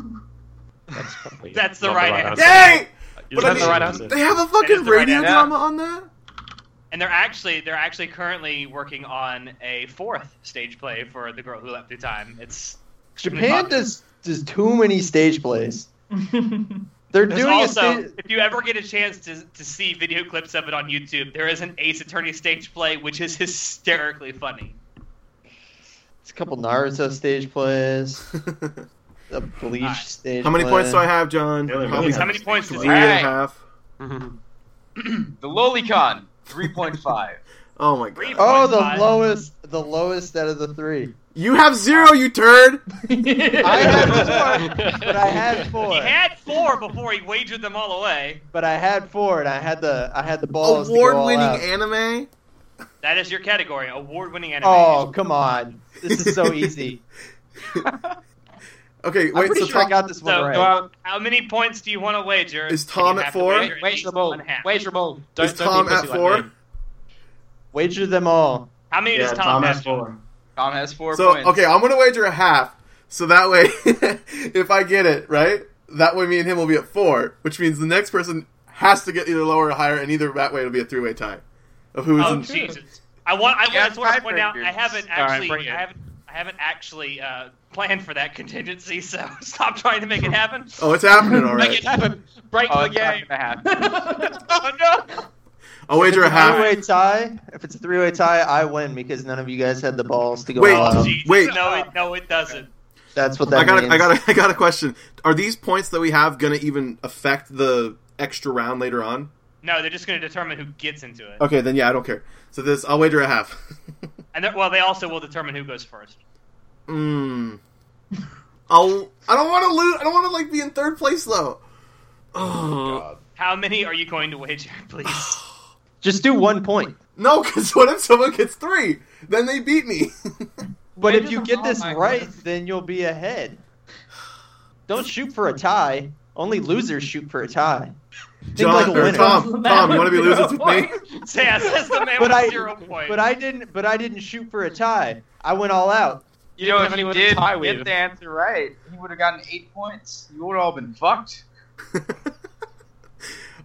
probably
That's the
not
right answer.
Dang!
Is
But I
that the
mean,
right answer?
They have a fucking
the right
radio
answer.
drama on that.
And they're actually they're actually currently working on a fourth stage play for the girl who leapt through time. It's
Japan does does too many stage plays. They're
There's
doing
also,
a sta-
if you ever get a chance to, to see video clips of it on YouTube, there is an Ace Attorney stage play which is hysterically funny.
it's a couple Naruto stage plays, a Bleach
Alright.
stage.
How many
play.
points do I have, John?
Really,
Probably
really.
How many points does
three
he
and
have?
a
Alright.
half.
The Lolicon, 3.5.
Oh my
Three
god!
Oh, the
0.5.
lowest, the lowest out of the three.
You have zero, you turd.
I had four, but I had
He
four,
had four before he wagered them all away.
but I had four, and I had the I had the balls. to go all
Award-winning
out.
anime.
That is your category, award-winning anime.
Oh come on, this is so easy.
Okay,
I'm
wait.
pretty
So
sure I
Tom,
got this one
So,
right.
Well,
How many points do you want to wager?
Is Tom
You
at
have to
four?
wager at least
Wageable.
one half.
Wageable. Don't,
is
don't
Tom
be a
at
pussy like
four?
me.
Wager them all.
How many
Yeah,
does Tom,
Tom has
have?
four.
Tom has four
so
points.
okay, I'm gonna wager a half. So that way, if I get it right, that way me and him will be at four, which means the next person has to get either lower or higher, and either that way it'll be a three-way tie of who is
Oh
in.
true.
Jesus! I want. I,
Yeah,
that's what I
five
point out. I
fingers.
haven't
All right,
actually.
bring it.
I haven't. I haven't actually uh, planned for that contingency. So stop trying to make it happen.
Oh, it's happening already.
Make it happen. Break
Oh,
the
it's not
game.
gonna happen.
Oh no!
I'll wager a half.
Three-way tie. If it's a three-way tie, I win because none of you guys had the balls to go
Wait,
all out.
gee. Wait.
No, it, no, it doesn't.
That's what that
I got.
means.
A, I got. A, I got a question. Are these points that we have going to even affect the extra round later on?
No, they're just going to determine who gets into it.
Okay, then yeah, I don't care. So this, I'll wager a half.
And they're- well, they also will determine who goes first.
Mmm. I'll. I don't want to lose. I don't want to like be in third place though. Oh
God.
How many are you going to wager, please?
Just do one point.
no! Because what if someone gets three? Then they beat me.
But
Wait,
if you
just-
get
oh
this
my
right,
goodness.
then you'll be ahead. Don't shoot for a tie. Only losers shoot for a tie. Think like a
John or
winner.
Tom,
That
Tom, you
would
want to be
be
losers
a
with me?
yeah, that's the man
But
with
I-
zero points.
But I didn't. But I didn't shoot for a tie. I went all out.
You know,
didn't
if
have
he
anyone to
did
tie
get
with.
the answer right, he would have gotten eight points. You would have all been fucked.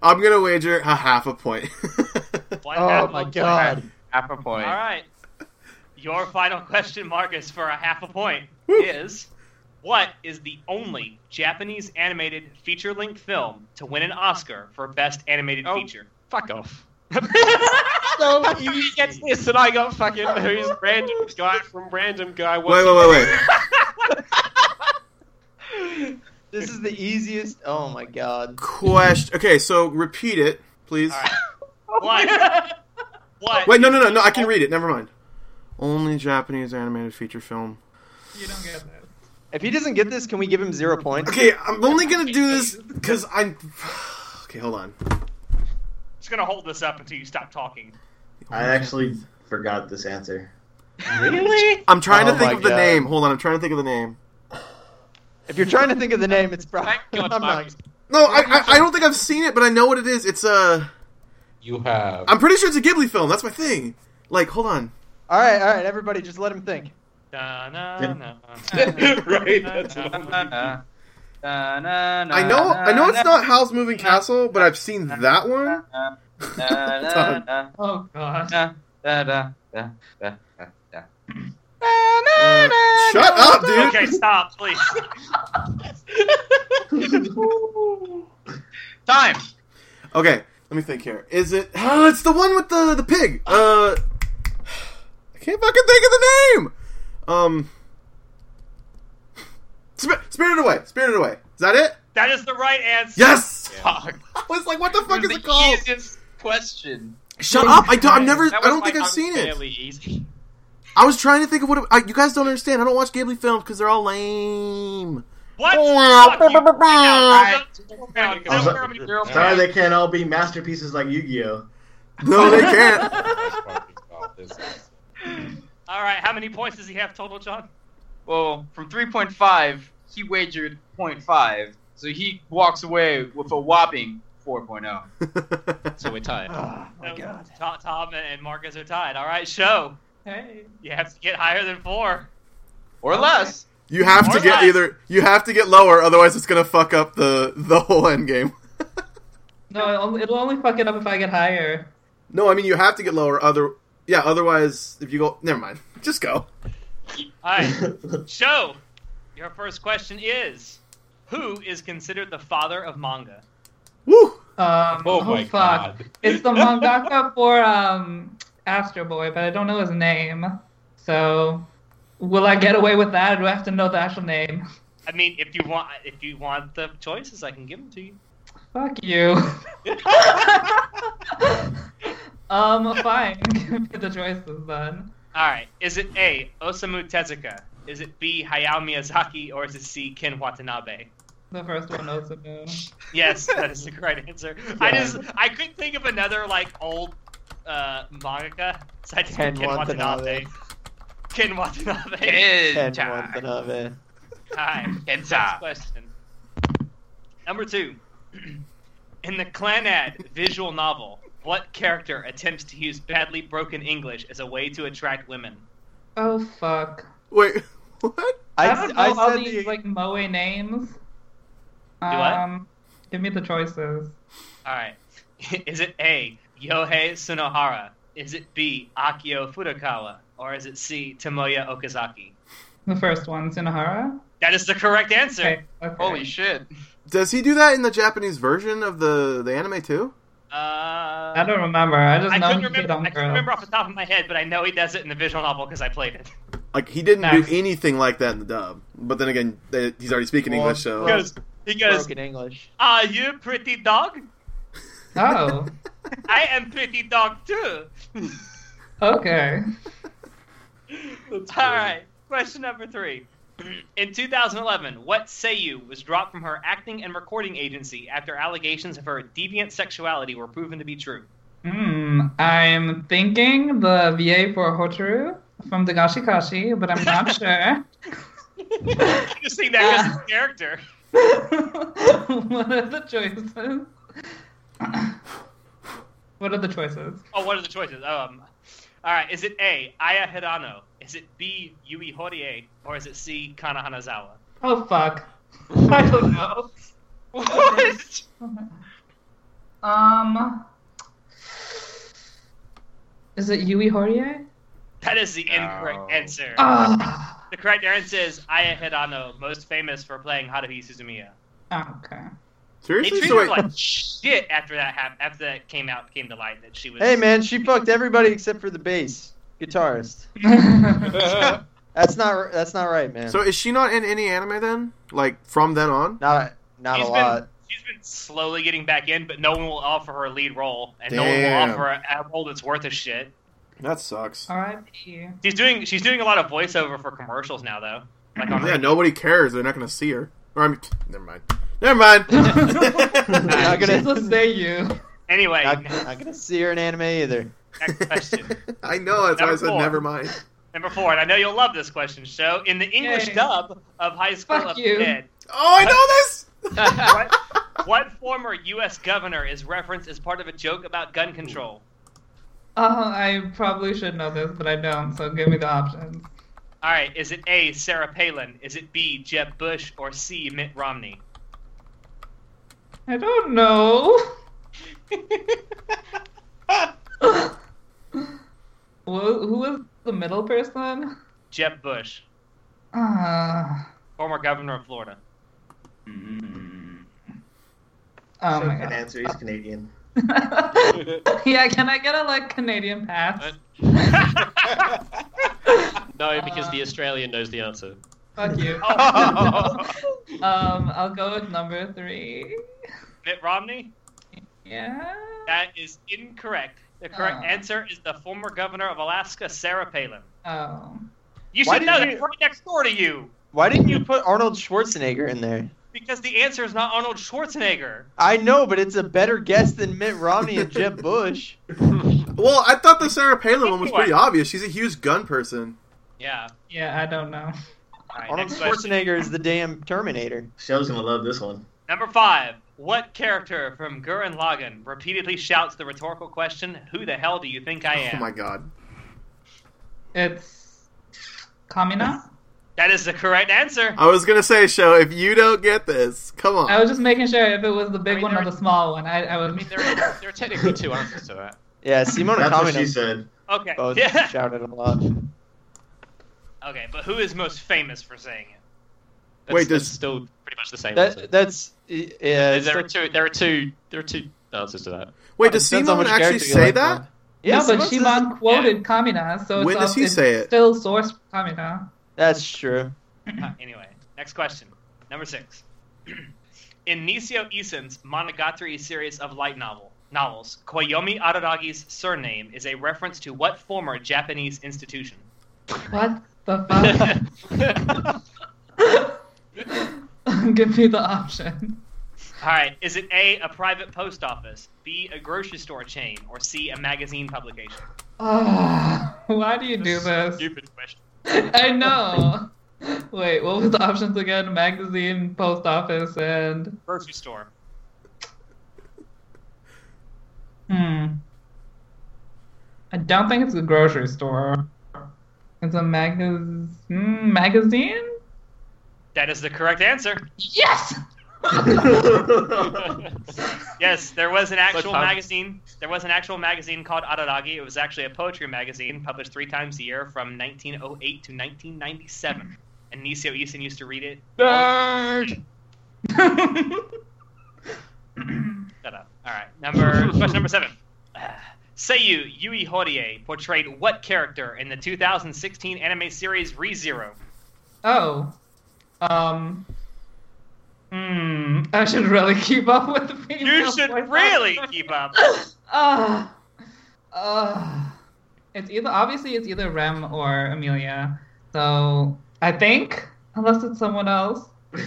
I'm gonna wager a half a point.
One half
Oh
a
my
point.
god!
Half a point.
All right. Your final question, Marcus, for a half a point is what is the only Japanese animated feature length film to win an Oscar for Best Animated
Oh.
Feature?
Fuck off.
So
He gets this, and I got fucking who's random guy from random guy.
wait, wait, wait, wait.
this is the easiest. Oh my god!
Question. Okay, so repeat it, please.
All right. What? what?
Wait, no, no, no, no. I can read it. Never mind. Only Japanese animated feature film.
You don't get that.
If he doesn't get this, can we give him zero points?
Okay, I'm only gonna do this because I'm. Okay, hold on.
It's going to hold this up until you stop talking.
I actually forgot this answer.
Really?
I'm trying
Oh
to think
my
of the
God.
name. Hold on, I'm trying to think of the name.
If you're trying to think of the name, it's probably.
Thank God,
I'm
Marcus.
not.
No, I, I, I don't think I've seen it, but I know what it is. It's a.
You have.
I'm pretty sure it's a Ghibli film. That's my thing. Like, hold on.
All right, all right, everybody, just let him think.
Na, na, na.
right. That's what I'm thinking.
Uh, na, na, na,
I know I know it's
na,
not Howl's Moving Castle, but I've seen that one.
na, na, na,
Tom.
na,
Oh god.
na, da, da, da, da, da, da.
Uh, shut up, dude.
okay, stop, please.
Time.
Okay, let me think here. Is it? Oh, it's the one with the the pig. Uh, I can't fucking think of the name. Um, Sp- Spirited Away. Spirited Away. Is that it?
That is the right answer.
Yes.
Fuck.
I was like, what the fuck
It
is
was the
it called?
easiest question.
Shut up! I don't. I've never.
That
I
was,
don't think
like,
I've seen it.
unfairly Easy.
I was trying to think of what. It, I, you guys don't understand. I don't watch Ghibli films because they're all lame.
What?
Wow.
Fuck you.
Right.
Now,
I'm
zero
so-
points, zero
Sorry,
points.
they can't all be masterpieces like Yu-Gi-Oh.
No, they can't.
Just fucking got this.
All right, how many points does he have total, John?
Well, from 3.5, he wagered 0.5, so he walks away with a whopping oh. 4.0.
So we're tired.
Oh my
Uh,
god!
Tom, Tom and Marcus are tied. All right, show.
Hey.
You have to get higher than four.
Or less.
You have to
Or
get
less.
either. You have to get lower, otherwise it's gonna fuck up the the whole end game.
No, it'll- it'll only fuck it up if I get higher.
No, I mean you have to get lower. Other, yeah. Otherwise, if you go, never mind. Just go.
All right, show. Your first question is, who is considered the father of manga?
Woo.
Um,
Oh my
fuck.
god.
It's the mangaka for um, Astro Boy, but I don't know his name. So, will I get away with that, or do I have to know the actual name?
I mean, if you want, if you want the choices, I can give them to you.
Fuck you. um, fine. Give me the choices then.
All right, is it A. Osamu Tezuka? Is it B. Hayao Miyazaki? Or is it C. Ken Watanabe?
The first one also no.
Yes, that is the correct answer. I just I couldn't think of another like old uh mangaka, so I just Ken,
Ken
Ken Watanabe.
Watanabe.
Ken Watanabe.
Ken
Ted
time.
Watanabe.
Time.
Ken
Next
time.
question. Number two. In the Clanad visual novel, what character attempts to use badly broken English as a way to attract women?
Oh fuck.
Wait. What?
I,
I,
don't know
I
all
said
these
the,
like moe names.
what?
Um, give me the choices.
All right. Is it A, Yohei Sunohara? Is it B, Akio Furukawa? Or is it C, Tomoya Okazaki?
The first one, Sunohara.
That is the correct answer.
Okay. okay.
Holy shit.
Does he do that in the Japanese version of the, the anime too?
Uh,
I don't remember. I just
I
know
couldn't
he's a
remember.
dumb
I couldn't
girl.
remember off the top of my head, but I know he does it in the visual novel because I played it.
Like he didn't
No.
do anything like that in the dub. But then again, they, he's already speaking
Well,
English, so
He goes, he goes,
broken English.
"Are you pretty dog?
Oh,
I am pretty dog too."
okay.
All right. Question number three. In 2011, what Seiyu was dropped from her acting and recording agency after allegations of her deviant sexuality were proven to be true?
Hmm. I'm thinking the VA for Hotaru from the Gashikashi, but I'm not sure.
I just think that because of the character.
what are the choices? what are the choices?
Oh, what are the choices? Um, all right. Is it A. Aya Hirano? Is it B. Yui Horie? Or is it C. Kana Hanazawa?
Oh fuck. I don't know.
What?
Um. Is it Yui Horie?
That is the incorrect
No.
answer.
Oh,
The correct answer is Aya Hirano, most famous for playing Haruhi Suzumiya.
okay.
They
seriously,
treated
so
her
wait,
like shit after that hap- after that came out came to light that she was.
Hey man, she fucked everybody except for the bass guitarist. That's not that's not right, man.
so is she not in any anime then? Like from then on?
not not
He's
a
been-
lot.
She's been slowly getting back in, but no one will offer her a lead role, and
Damn.
no one will offer her a role that's worth a shit.
That sucks.
R.I.P.
She's doing she's doing a lot of voiceover for commercials now, though. Like on
Yeah, nobody cares. They're not going to see her. Or I mean, never mind. Never mind.
Not gonna-
She's a say you.
anyway,
Not, not gonna see her in anime either.
next question.
I know that's why I
Number
said
four.
never mind.
Number four, and I know you'll love this question. So, in the English
Yay.
dub of High School
Fuck
of the
you.
Dead,
Oh, I know this.
what, what former U.S. governor is referenced as part of a joke about gun control?
Oh, I probably should know this, but I don't. So give me the options.
All right, is it A. Sarah Palin? Is it B. Jeb Bush? Or C. Mitt Romney?
I don't know. Who who was the middle person?
Jeb Bush,
Uh,
former governor of Florida.
Mm.
oh
So
my
good
god.
answer. He's Canadian.
yeah, can I get a like Canadian pass?
No, because
Uh,
the Australian knows the answer.
Fuck you.
Oh.
um, I'll go with number three.
Mitt Romney?
Yeah.
That is incorrect. The correct
Oh.
answer is the former governor of Alaska, Sarah Palin.
Oh.
You
Why
should know
did
that
you-
right next door to you
Why didn't you put Arnold Schwarzenegger in there?
because the answer is not Arnold Schwarzenegger.
I know, but it's a better guess than Mitt Romney and Jeb Bush.
Well, I thought the Sarah Palin one was
Anyway.
pretty obvious. She's a huge gun person.
Yeah.
Yeah, I don't know.
All right,
Arnold
next question.
Schwarzenegger is the damn Terminator.
Shell's gonna love this one.
Number five. What character from Gurren Lagann repeatedly shouts the rhetorical question, "Who the hell do you think I am?"
Oh my god.
It's Kamina.
That is the correct answer.
I was gonna say, show if you don't get this, come on.
I was just making sure if it was the
I
big
mean,
one
there
or
are-
the small one. I, I was.
I mean, there are, there are technically two answers to that.
Yeah, Simona
That's what she
Kamina
said.
Okay.
both
Yeah.
shouted a lot.
Okay, but who is most famous for saying it?
That's,
Wait, does-
that's still pretty much the same answer.
That, that's yeah.
there are two. There are two. There are two answers to that.
Wait, does
Depends on
Simon
which
actually
character you
say
like
that?
more. Yeah,
Yeah, but
Simone says-
Shimon quoted Kamina, so
When
it's,
does he
it's
say it?
still sourced from Kamina.
That's true.
Uh, anyway, next question. Number six. In Nisio Isen's Monogatari series of light novel novels, Koyomi Araragi's surname is a reference to what former Japanese institution?
What the fuck? Give me the option.
All right, is it A, a private post office, B, a grocery store chain, or C, a magazine publication?
Ah, why do you do this?
Stupid question.
I know. Wait, what was the options again? Magazine, post office, and
Grocery store.
hmm. I don't think it's a grocery store. It's a magaz- hmm, magazine.
That is the correct answer.
Yes.
yes, there was an actual
Tom-
magazine. There was an actual magazine called Araragi. It was actually a poetry magazine published three times a year from 1908 to 1997. And Nisio Eason used to read it.
Nerd.
Shut up. All right, number question number seven. Uh, Seiyu Yui Horie portrayed what character in the 2016 anime series ReZero?
oh. Um. Hmm. I should really keep up with the female
You should
voice
really
actor.
keep up.
Uh, uh, it's either obviously it's either Rem or Amelia. So I think unless it's someone else.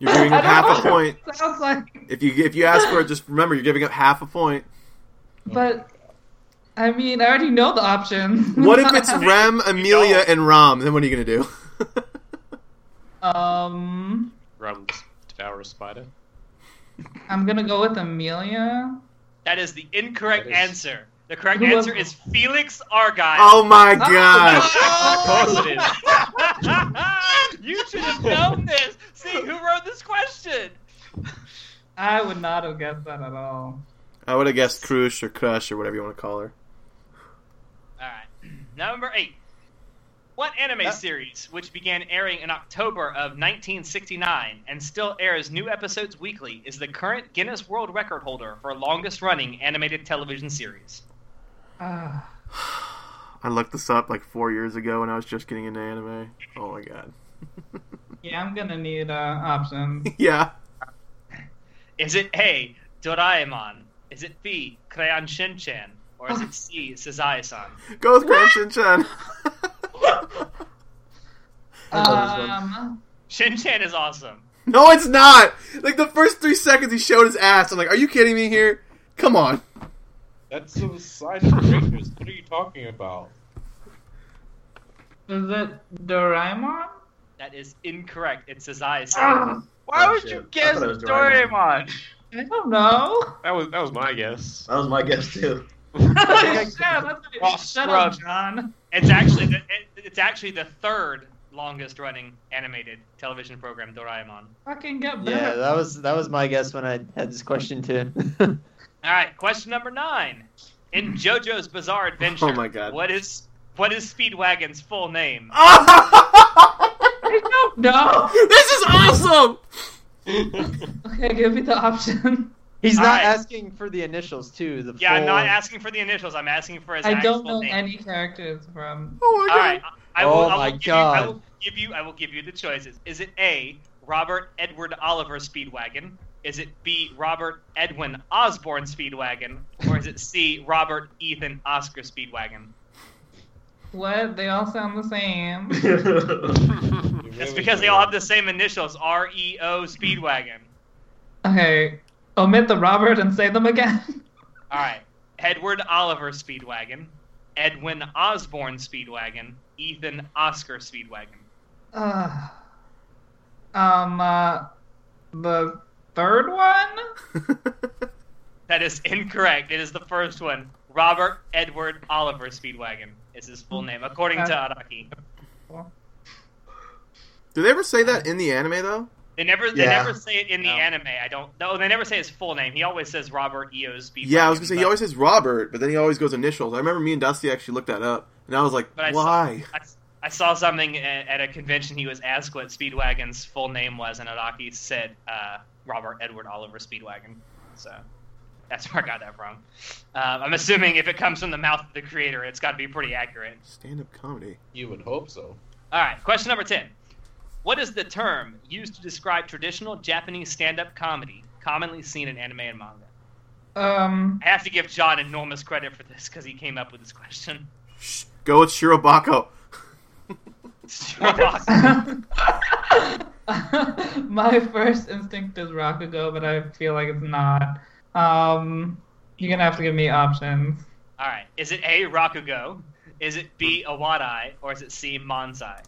You're giving
I
up
don't
half a
know.
point.
Sounds like,
If you if you ask for it, just remember you're giving up half a point.
but I mean, I already know the options.
What if it's Rem, Amelia, and Rom? Then what are you gonna do?
um?
Rum devour a spider.
I'm gonna go with Amelia.
That is the incorrect
That is-
answer. The correct
Who was-
answer is Felix Argyle.
oh my gosh!
Of
Oh,
course it is.
you should have known this. See who wrote this question.
I would not have guessed that at all.
I would have guessed Crush or Crush or whatever you want to call her.
All right, number eight. What anime
Uh,
series, which began airing in October of 1969 and still airs new episodes weekly, is the current Guinness World Record holder for longest-running animated television series?
Uh,
I looked this up like four years ago when I was just getting into anime. Oh my god!
yeah, I'm gonna need uh, options.
Yeah,
Is it A. Doraemon? Is it B. Crayon Shinchan? Or is it C. Sazae-san?
go with Crush and Chen.
Um,
Shinchan is awesome.
no, it's not. Like the first three seconds he showed his ass. I'm like, are you kidding me here? Come on.
That's suicide rangers. What are you talking about?
Um, is it Doraemon?
That is incorrect. It's Sazae-san.
Ah,
Why
Oh,
would
shit.
you
I
guess
thought it was
Doraemon?
I don't know.
That was that was my guess.
That was my guess too.
yeah, that's
Well,
Shut
scrub.
up, John.
It's actually the, it, it's actually the third longest running animated television program, Doraemon.
Fucking get better.
Yeah, that was that was my guess when I had this question too.
All right, question number nine. In JoJo's Bizarre Adventure,
Oh my God.
what is what is Speedwagon's full name?
Oh! I don't know.
this is awesome.
Okay, give me the option.
He's
All
not
right.
asking for the initials too. The
Yeah, I'm
full-
not asking for the initials. I'm asking for his
I
actual
don't know
name.
any characters from.
Oh my
All
god.
right, I, I will,
Oh
I will
my
give you, I
God.
will give you I will give you the choices. Is it A. Robert Edward Oliver Speedwagon? Is it B. Robert Edwin Osborne Speedwagon? Or is it C. Robert Ethan Oscar Speedwagon?
What? They all sound the same.
It's because they all have the same initials, R E O Speedwagon.
Okay, omit the Robert and say them again.
All right. Edward Oliver Speedwagon, Edwin Osborne Speedwagon, Ethan Oscar Speedwagon.
Uh, um, uh, the third one.
That is incorrect. It is the first one. Robert Edward Oliver Speedwagon is his full name, according to Araki.
Do they ever say that in the anime though?
They never they
Yeah.
never say it in the
No.
anime. I don't no, they never say his full name. He always says Robert E O Speedwagon.
Yeah, I was gonna say he
but
always says Robert, but then he always goes initials. I remember me and Dusty actually looked that up, and I was like,
But I saw-
why?
I, I saw something a- at a convention. He was asked what Speedwagon's full name was, and Araki said uh, Robert Edward Oliver Speedwagon. So that's where I got that from. Um, I'm assuming if it comes from the mouth of the creator, it's got to be pretty accurate.
Stand up comedy.
You would hope so.
All right, question number 10. What is the term used to describe traditional Japanese stand up comedy commonly seen in anime and manga?
Um,
I have to give John enormous credit for this because he came up with this question.
Shh, go with Shirobako.
my first instinct is Rakugo, but I feel like it's not. Um, you're gonna have to give me options.
All right. Is it A, Rakugo? Is it B, Awadai? Or is it C, Manzai?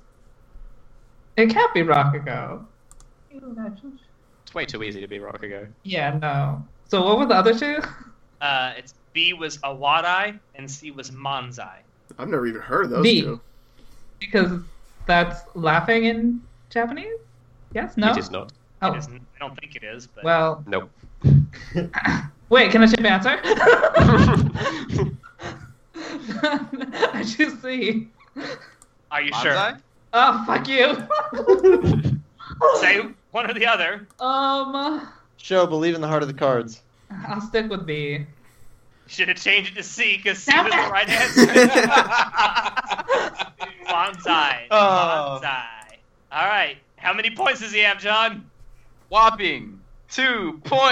It can't be Rakugo.
It's way too easy to be Rakugo.
Yeah, no. So what were the other two?
Uh, it's B was Awadai and C was Manzai.
I've never even heard of those
B.
two.
Because that's laughing in Japanese. Yes? No?
It is not.
oh.
It is, I don't think it is, but
Well,
Nope.
wait, can I ship answer? I just see.
are you
Bonsai?
sure?
Oh, fuck you.
Say one or the other.
Um,
Show believe in the heart of the cards.
I'll stick with B.
Should have changed it to C because C
Damn
was the
it.
right answer. Bonsai.
Oh.
Bonsai. All right. How many points does he have, John?
Whopping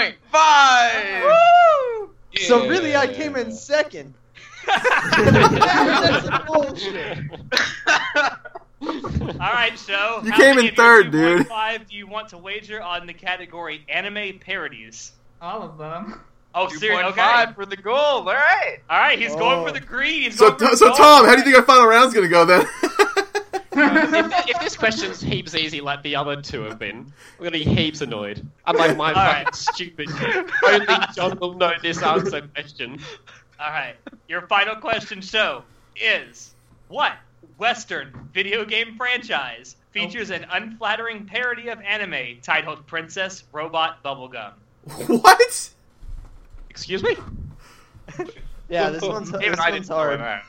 2.5!
So really, I came in second. That's some bullshit.
All right, so
You
how
came
many
in
of your
third, dude.
2.5 do you want to wager on the category anime parodies?
All of them.
Oh, seriously?
2.5
Okay.
for the gold. All right.
All right, he's going
Oh.
for the green. He's
So,
going for
so
gold.
Tom, how do you think our final round's gonna go then?
if, if this question's heaps easy like the other two have been, I'm gonna be heaps annoyed. I'm like my fucking
Alright.
stupid. Only John will know this answer question.
All right. Your final question, show is what Western video game franchise features an unflattering parody of anime titled Princess Robot Bubblegum?
what?
Excuse me.
Yeah, this one's, this
Even I
one's
didn't
hard.
know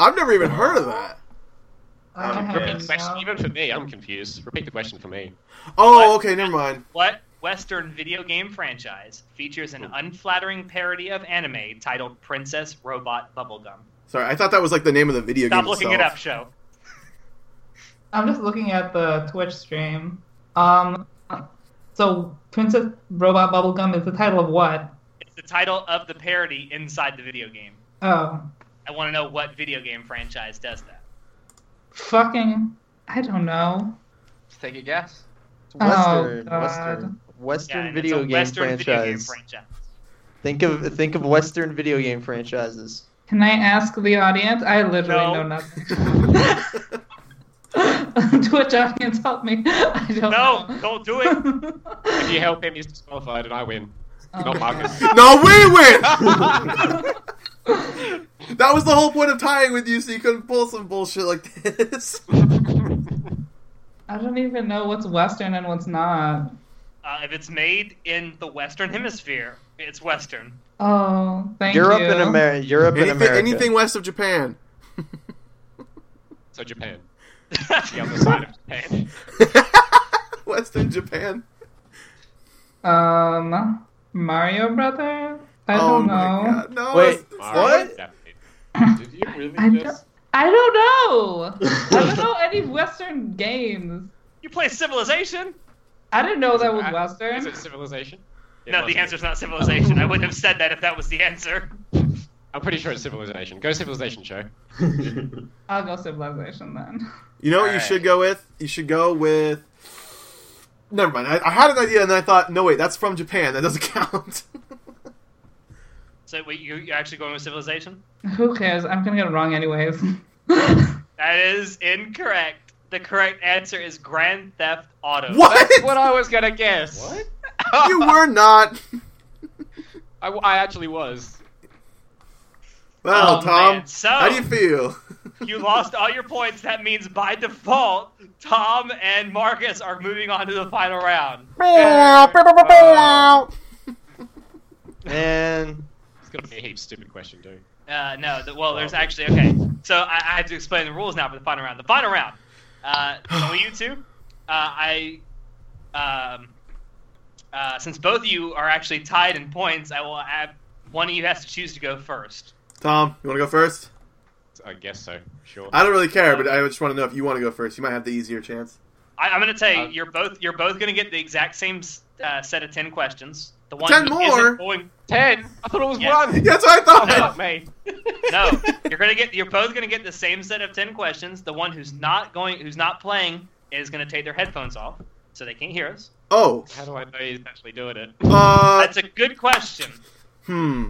I've never even heard of that.
Um,
I
great
don't
Question,
know.
even for me, I'm confused. Repeat the question for me.
Oh, okay, never mind.
What Western video game franchise features an unflattering parody of anime titled Princess Robot Bubblegum?
Sorry, I thought that was like the name of the video
Stop
game.
looking it up, show.
itself.
I'm just looking at the Twitch stream. Um, so Princess Robot Bubblegum is the title of what?
It's the title of the parody inside the video game.
Oh,
I want to know what video game franchise does that.
fucking, I don't know.
Let's take a guess.
It's
Oh,
Western,
God.
Western,
Yeah,
Western
and
video
it's a
game
Western video game
franchise.
franchise.
Think of think of Western video game franchises.
Can I ask the audience? I literally
No.
know nothing. Twitch audience, help me. I don't
No,
know.
don't do it.
If you help him, he's disqualified, and I win.
Oh,
Not Marcus.
No, we win. that was the whole point of tying with you, so you couldn't pull some bullshit like this.
I don't even know what's Western and what's not.
Uh, if it's made in the Western Hemisphere, it's Western.
Oh, thank
Europe
you.
and America. Europe and
Anything,
America.
anything west of Japan.
So Japan, the other side of Japan.
Western Japan.
Um, Mario Brothers. I
oh
don't know.
my god, no.
Wait,
it's- it's
Alright, Japanese.
Did you really
I don't-
just?
I don't know. I don't know any Western games.
You play Civilization?
I didn't know that was
Is it- Is
Western.
it civilization? It
no,
must
the
be.
answer's not Civilization. I wouldn't have said that if that was the answer.
I'm pretty sure it's civilization. Go civilization show.
I'll go Civilization then.
You know what you should go with? You should go with. Never mind. I, I had an idea, and then I thought, no, wait, that's from Japan. That doesn't count.
So wait, you, you're actually going with Civilization?
Who cares? I'm gonna get it wrong anyways.
That is incorrect. The correct answer is Grand Theft Auto.
what?
That's what I was gonna guess.
What?
you were not.
I, I actually was.
Well,
Oh,
Tom,
man. So-
how do you feel?
You lost all your points. That means by default, Tom and Marcus are moving on to the final round.
Uh,
Man,
It's gonna be a heap stupid question, dude.
Uh, no, the, well, there's actually okay. So I, I have to explain the rules now for the final round. The final round, uh, it's only you two. Uh, I, um, uh, since both of you are actually tied in points, I will have one of you has to choose to go first.
Tom, you want to go first?
I guess so. Sure.
I don't really care, but I just want to know if you want to go first. You might have the easier chance.
I, I'm going to tell you,
Uh,
you're both you're both going to get the exact same uh, set of ten questions. The one
10
who
more?
isn't going
Ten. I thought it was
Yeah.
Yeah,
one.
that's what I
Oh, Fuck
thought.
me.
no, you're gonna get. You're both gonna get the same set of ten questions. The one who's not going, who's not playing, is gonna take their headphones off, so they can't hear us.
Oh,
How do I know he's actually doing it?
uh,
That's a good question.
hmm.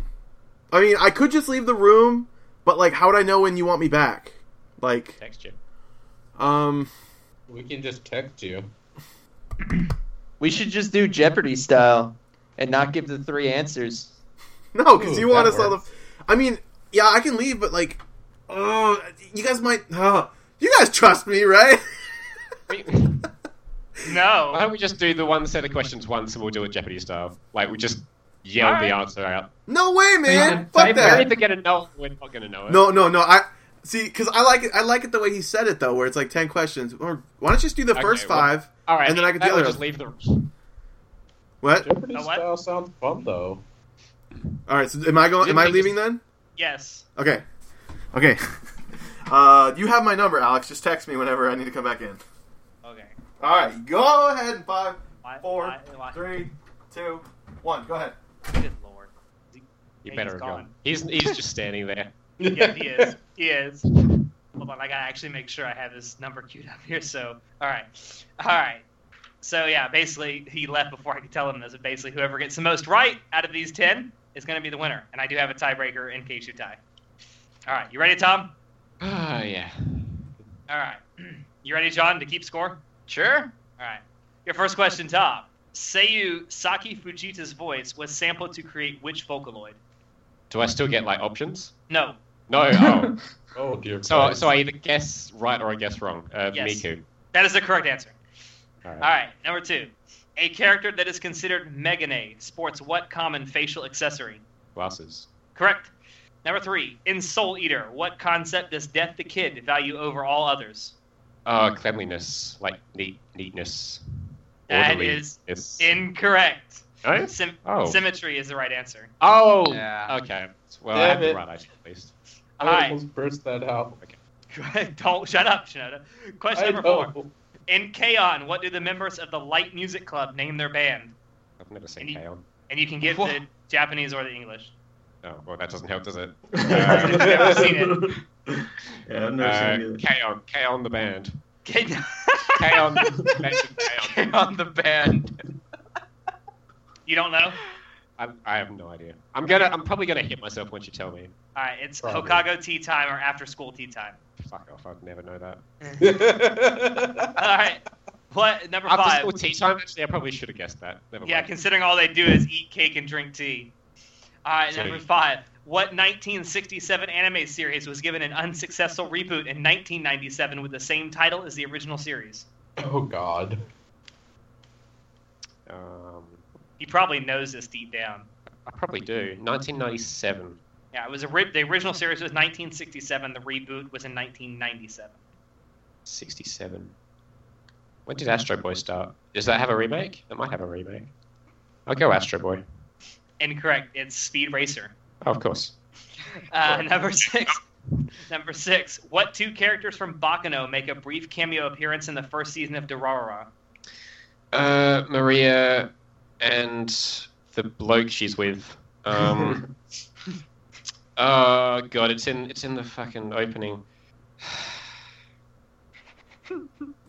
I mean, I could just leave the room, but like, how would I know when you want me back? Like,
Text you.
um,
We can just text you.
we should just do Jeopardy style and not give the three answers.
no, because
Ooh,
you want
that
us all. The,
works.
I mean, yeah, I can leave, but like, oh, you guys might. Uh, you guys trust me, right?
We- Why
No.
don't we just do the one set of questions once and we'll do it Jeopardy style? Like, we just yell
Alright.
the answer out.
No way,
Yeah,
man.
type
Fuck
We're
that.
either going to know it or we're not going to know it.
No, no, no. I see because I like it. I like it the way he said it though, where it's like ten questions. Or why don't you just do the
Okay,
first
well-
five?
All right,
and then I can
that
do
will
the
just
others.
leave the.
What?
Jeopardy
A what?
style sounds fun though.
All right. So am I going? Am
Didn't
I
they
leaving then?
Yes.
Okay. Okay. Uh, you have my number, Alex. Just text me whenever I need to come back in.
Okay.
All right. Go ahead. in Five,
Why,
four,
why- why-
three, two, one. Go ahead.
Good lord.
You
Yeah,
better
he's
have gone.
gone.
He's, he's just standing there.
Yeah, he is. He is. Hold on, I gotta actually make sure I have his number queued up here. So, all right, all right. So yeah, basically he left before I could tell him this. But basically, whoever gets the most right out of these ten is gonna be the winner. And I do have a tiebreaker in case you tie. All right, you ready, Tom?
Oh, yeah.
All right, you ready, John, to keep score?
Sure.
All right. Your first question, Tom. Seiyu Saki Fujita's voice was sampled to create which Vocaloid?
Do I still get, like, options?
No.
No. Oh.
Oh dear.
so,
Christ.
so I either guess right or I guess wrong. Uh,
Yes.
Miku.
That is the correct answer.
All right.
All right, number two. A character that is considered Megane sports what common facial accessory?
Glasses.
Correct. Number three. In Soul Eater, what concept does Death the Kid value over all others?
Uh, cleanliness, like neat, neatness.
That
orderly.
is
Yes.
incorrect.
No?
Sym-
Oh.
Symmetry is the right answer.
Oh.
Yeah.
Okay. Well, I
Damn
have the
it.
right idea at least.
All
I
right.
almost burst that out.
Don't shut up, Shinoda. Question
I
number four.
know.
In K-On! what do the members of the Light Music Club name their band?
I've never seen
And you-
K-On!
And you can get
Wha-
the Japanese or the English.
Oh, well, that doesn't help, does it?
I've never seen it.
Yeah, I've never
Uh,
seen it either.
K-On! K-On! the band.
K-
K-On! mention K-On!
on the band.
you don't know?
I, I have no idea. I'm gonna. I'm probably gonna hit myself once you tell me.
All right, it's
Probably.
Hokago Tea Time or After School Tea Time.
Fuck off! I'd never know that.
All right, what number
After
five?
school tea time. Actually, I probably should have guessed that. Never
Yeah,
mind.
considering all they do is eat cake and drink tea. All right,
Sorry.
number five. What 1967 anime series was given an unsuccessful reboot in 1997 with the same title as the original series?
Oh god.
Um,
He probably knows this deep down.
I probably do. 1997.
Yeah, it was a ri- the original series was 1967. The reboot was in 1997.
67. When did Astro Boy start? Does that have a remake? It might have a remake. I'll go Astro Boy.
Incorrect. It's Speed Racer.
Oh, of course.
Uh, number six. Number six. What two characters from Bakano make a brief cameo appearance in the first season of Durarara?
Uh, Maria and the bloke she's with. Um, oh god, it's in it's in the fucking opening.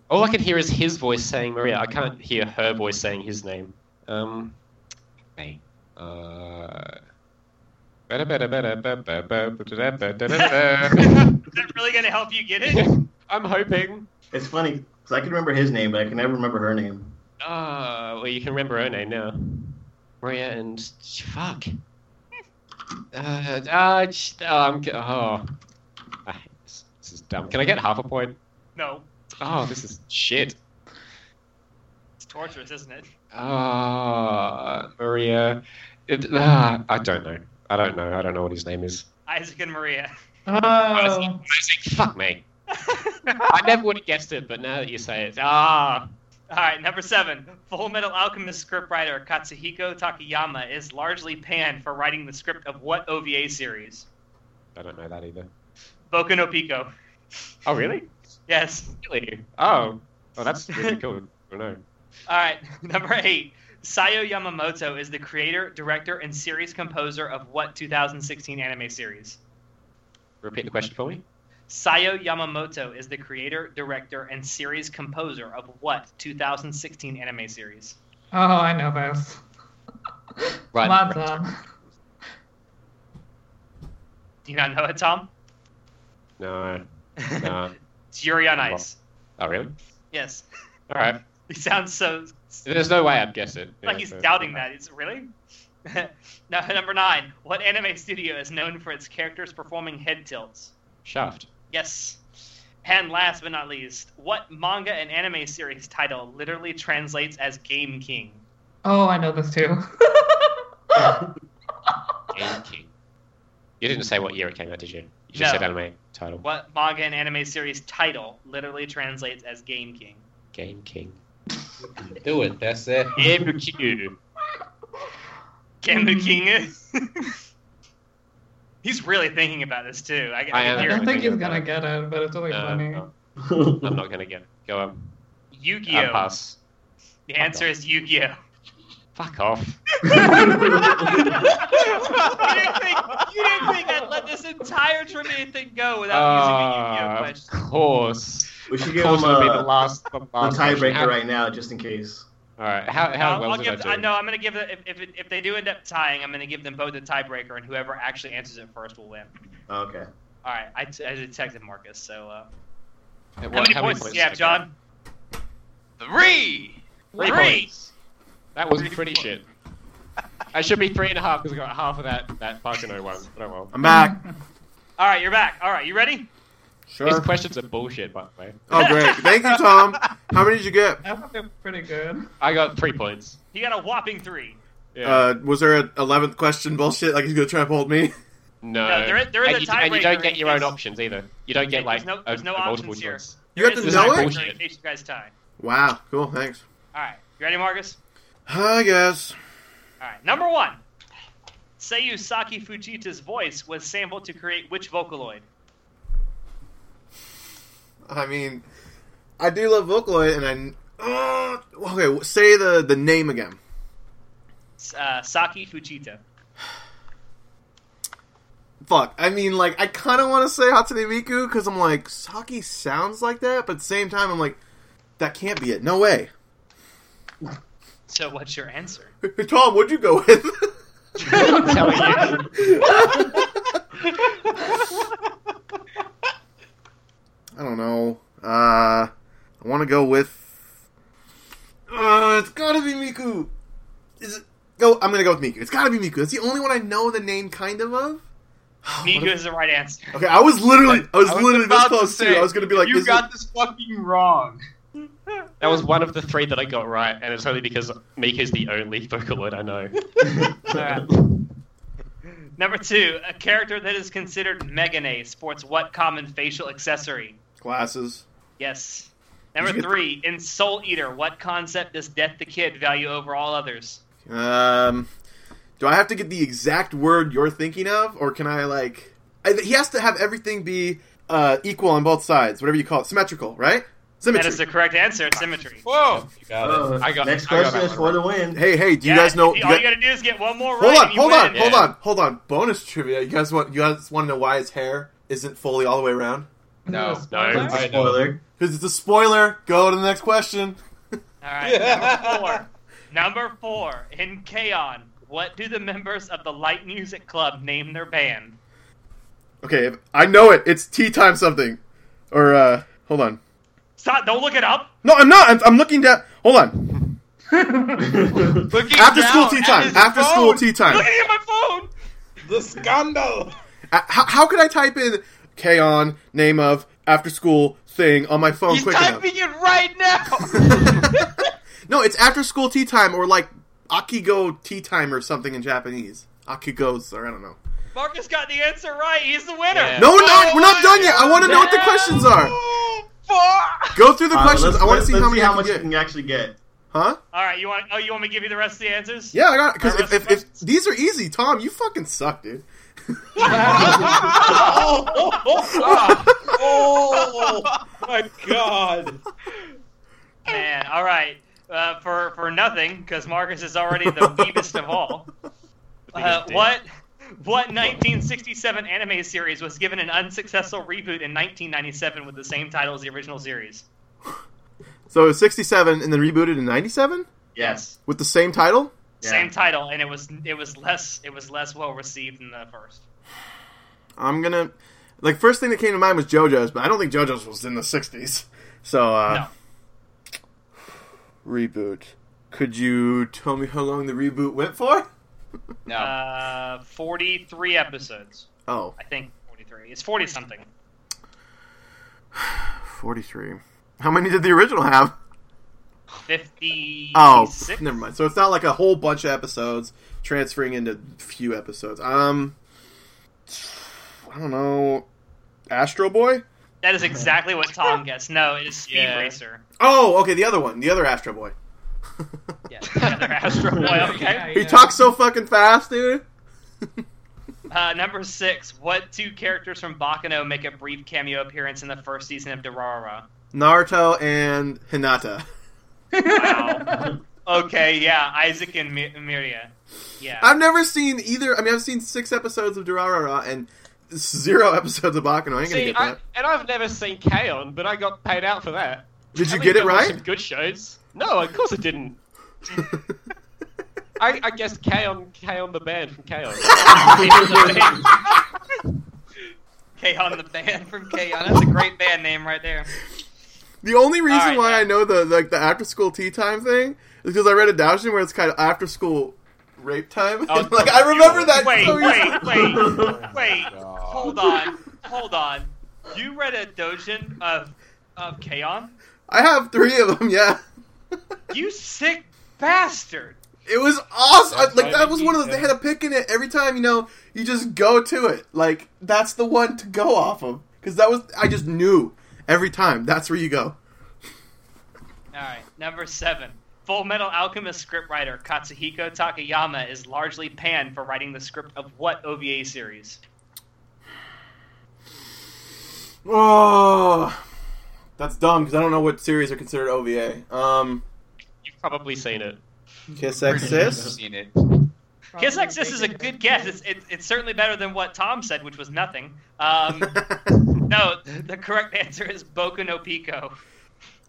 All I can hear is his voice saying Maria. I can't hear her voice saying his name. Um, me. Uh. I'm
Is that really going to help you get it?
hoping.
It's funny because I can remember his name, but I can never remember her name.
Ah, well, you can remember her name now. Maria and fuck. Uh, uh, sh- oh, I'm, g- oh, I hate this. This is dumb. Can I get half a point?
No,
Oh, this is shit.
it's torturous, isn't it?
Ah, Maria. It, ah, I don't know. I don't know. I don't know what his name is.
Isaac and Maria.
Oh,
Isaac, fuck me.
All
I never would have guessed it, but now that you say it, ah,
right, number seven. Full Metal Alchemist scriptwriter Katsuhiko Takayama is largely panned for writing the script of what OVA series?
I don't know that either.
Boku no Pico.
Oh, really?
Yes.
Really? Oh, oh, that's really cool. I don't know.
All right, number eight. Sayo Yamamoto is the creator, director, and series composer of what 2016 anime series?
Repeat the question for me.
Sayo Yamamoto is the creator, director, and series composer of what 2016 anime series?
oh, I know this.
Right,
Maza.
Do you not know it, Tom?
No, no.
it's Yuri on Ice.
Oh, really?
Yes.
All right.
He sounds so
There's no way I'd guess it.
like
Yeah,
he's
so-
doubting that. It's really. now, number nine. What anime studio is known for its characters performing head tilts?
Shaft.
Yes. And last but not least, what manga and anime series title literally translates as Game King?
Oh, I know this too.
Game King. You didn't say what year it came out, did you? You just
No.
said anime title.
What manga and anime series title literally translates as Game King?
Game King.
Do it. That's it.
Game King.
Game King is. He's really thinking about this too. I, I,
I am.
can
I
hear
don't
it.
think he's gonna get it, but it's really
No,
funny.
no, I'm not gonna get it. Go on. I'll
Yu-Gi-Oh.
pass.
the answer is Yu-Gi-Oh.
Fuck off.
you, didn't think, you didn't think I'd let this entire trivia thing go without using a
Ah,
Yu-Gi-Oh
of
question?
course.
We should
Of
give
course
him
it'll be the
a,
last. The
a
last question.
tiebreaker
How-
right now, just in case.
All right. How, how
I'll-
well
Um, I'll
did
give,
I
I
do?
know I'm gonna give the, if, if if they do end up tying, I'm gonna give them both a tiebreaker, and whoever actually answers it first will win.
Okay.
All right, I, t- I detected Marcus. So uh,
How
how many points do you have, John?
Three.
Three. points. That was pretty shit. I should be three and a half because I got half of that that fucking oh one. But oh well.
I'm back.
All right, you're back. All right, you ready?
Sure.
These questions are bullshit, by the way.
Oh, great. Thank you, Tom. How many did you get?
I thought they were pretty good.
I got three points.
You got a whopping three.
Yeah.
Uh, was there an eleventh question bullshit? Like he's gonna try and hold me?
no.
no, there is- there is
and
a
you, and you don't
tiebreaker
get your
in
own
case-
options either. You don't get
Okay,
like
there's no-
a,
there's no
a multiple
options here.
choice.
You have
There
to
is
no
a
know it.
bullshit.
tiebreaker In case you guys tie.
Wow. Cool. Thanks.
All right, you ready, Marcus?
I guess.
All right, number one. Seiyu Saki Fujita's voice was sampled to create which Vocaloid?
I mean, I do love Vocaloid, and I. Oh, okay, say the the name again.
S- Uh, Saki Fujita.
Fuck. I mean, like, I kind of want to say Hatsune Miku because I'm like, Saki sounds like that, but at the same time, I'm like, that can't be it. No way.
So what's your answer?
Tom, what'd you go with?
I'm telling you.
I don't know. Uh, I want to go with. Uh, it's gotta be Miku. Is it? Go. I'm gonna go with Miku. It's gotta be Miku. It's the only one I know the name kind of of.
Miku is the right answer.
Okay, I was literally, I was,
I was
literally this
about to
close too.
say,
I was gonna be like,
you
is
got
it-
this fucking wrong.
That was one of the three that I got right, and it's only because Mika's the only Vocaloid I know.
All right. Number two, a character that is considered Megane sports what common facial accessory?
glasses.
Yes. Number
Did you get-
three, in Soul Eater, what concept does Death the Kid value over all others?
Um, do I have to get the exact word you're thinking of, or can I like? I, he has to have everything be uh, equal on both sides, whatever you call it, symmetrical, right? Symmetry.
That is the correct answer, symmetry.
Whoa.
You got it.
Oh,
I got-
next
I got
question
that
is for
one
the win.
Hey, hey, do you
Yeah,
guys know?
All
do
you
you guys-
gotta do is get one more
hold
right.
on,
and you
hold on,
win.
hold
Yeah.
on, hold on. Bonus trivia. You guys want? You guys want to know why his hair isn't fully all the way around?
No,
Is it a
no.
spoiler?
I know.
Spoiler.
Because it's a spoiler. Go to the next question.
All right, number four. Number four in Kaon. What do the members of the Light Music Club name their band?
Okay, if- I know it. It's tea time something, or uh, hold on.
Stop! Don't look it up.
No, I'm not. I'm, I'm looking down. Hold on.
Looking
After
down
school tea
at
time.
his
After
phone.
school tea time.
Look at my phone.
The scandal.
Uh, how, how could I type in K on name of after school thing on my phone
He's
Oh, quick
typing it right now.
enough? no, it's after school tea time or like Akigo tea time or something in Japanese. Akigos or I don't know.
Marcus got the answer right. He's the winner.
Yeah.
No, no, we're not done yet. I want to know what the questions are.
Fuck.
Go through the
All right,
questions.
Uh, let's-
I want to
let's-
see
let's
how many I
much
can
you
get.
can actually get.
Huh?
All right, you want? Oh, you want me to give you the rest of the answers?
Yeah, I got it. Because
Alright,
if,
let's-
if, if these are easy, Tom, you fucking suck, dude.
Oh my god.
Man, all right. Uh, for for nothing, because Marcus is already the weebest of all. Uh,
Biggest dick.
what? What 1967 anime series was given an unsuccessful reboot in 1997 with the same title as the original series?
So it was 67 and then rebooted in 97
Yes.
with the same title?
Yeah.
Same title, and it was it was less it was less well received than the first.
I'm gonna like first thing that came to mind was JoJo's, but I don't think JoJo's was in the '60s. So uh, reboot. Could you tell me how long the reboot went for?
no, uh, 43 episodes,
Oh,
I think 43. It's 40 something.
43. How many did the original have?
Fifty.
Oh, pff, never mind. So it's not like a whole bunch of episodes transferring into few episodes. Um, I don't know. Astro Boy?
That is exactly what Tom guessed. No, it is Speed
Yeah.
Racer.
Oh, okay, the other one. The other Astro Boy.
Yeah, the other Astro Boy. Okay.
He talks so fucking fast, dude.
Uh, number six. What two characters from Bakano make a brief cameo appearance in the first season of Durarara?
Naruto and Hinata.
Wow. okay, yeah, Isaac and Mi- Miria. Yeah.
I've never seen either. I mean, I've seen six episodes of Durarara and zero episodes of Bakano. I ain't gonna
See,
get
I,
that.
and I've never seen K on, but I got paid out for that.
Did
At
you
least
get
I
it
watched
right?
Some good shows. No, of course I didn't. I, I guessed K on K on the band from K on.
K on the band from K on. That's a great band name right there.
the only reason
Alright,
why
yeah.
I know the like the after school tea time thing is because I read a doujin where it's kind of after school rape time.
Oh,
like I remember that.
Wait,
so
wait, wait,
Oh my
wait.
God.
Hold on, hold on. You read a dojin of of K on?
I have three of them. Yeah,
You sick bastard!
it was awesome.
That's
like
why
that
we
was
need
one of those.
to-
They had a pick in it every time. You know, you just go to it. Like that's the one to go off of because that was I just knew every time. That's where you go.
All right, number seven. Full Metal Alchemist scriptwriter Katsuhiko Takayama is largely panned for writing the script of what OVA series?
Oh, that's dumb because I don't know what series are considered OVA. Um,
You've probably seen it.
Kiss
I've
Exis.
seen it.
Kiss X This is a good guess. It's, it, it's certainly better than what Tom said, which was nothing. Um, no, the, the correct answer is Boku no Pico.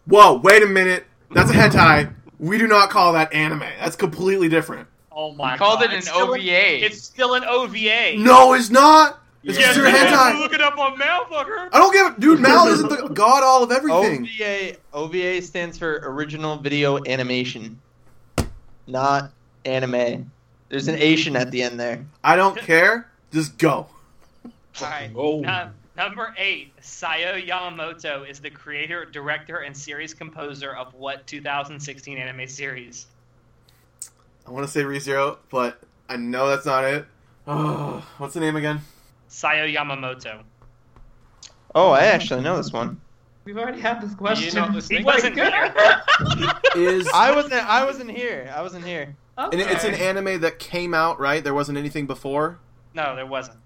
Whoa, wait a minute. That's a hentai. We do not call that anime. That's completely different.
Oh my
Called it
god.
an
It's still
OVA.
It's still an OVA.
No, it's not. It's
Yeah,
considered
man.
hentai.
Look it up on Malfucker.
I don't give a dude. Mal isn't the god all of everything.
OVA OVA stands for original video animation, not anime. There's an Asian at the end there.
Oh. I don't care. Just go.
All right.
Oh.
Num- number eight. Sayo Yamamoto is the creator, director, and series composer of what 2016 anime series?
I want to say ReZero, but I know that's not it. Oh, what's the name again?
Sayo Yamamoto.
Oh, I actually know this one.
We've already had this question.
not listening?
He wasn't
Like,
here.
Is
I wasn't. I wasn't here. I wasn't here.
and it- it's an
Okay.
anime that came out right. There wasn't anything before
No, there wasn't.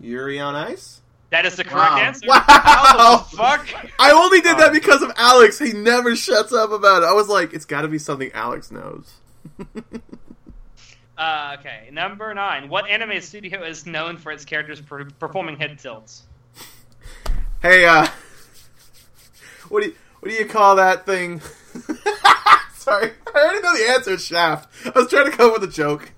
Yuri on Ice.
That is the correct
Wow.
answer.
Wow!
Fuck.
I only did that because of Alex. He never shuts up about it. I was like, it's got to be something Alex knows.
Uh, okay, number nine. What anime studio is known for its characters per- performing head tilts?
hey, uh, what do you, what do you call that thing? Sorry, I already know the answer. It's Shaft. I was trying to come up with a joke.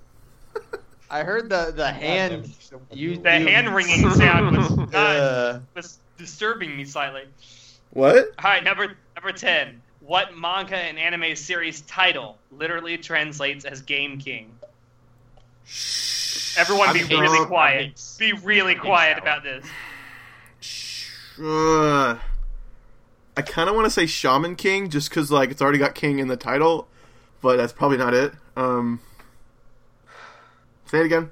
I heard the the hand. You,
The
you-
hand wringing sound was, uh,
Uh,
was disturbing me slightly.
What?
All right, number number ten. What manga and anime series title literally translates as Game King? Everyone, be
I'm Hicks.
really
I'm
quiet.
Hicks.
Be really
Hicks
quiet
Hour.
about this.
Uh, I kind of want to say Shaman King, just because like it's already got King in the title, but that's probably not it. Um, say it again.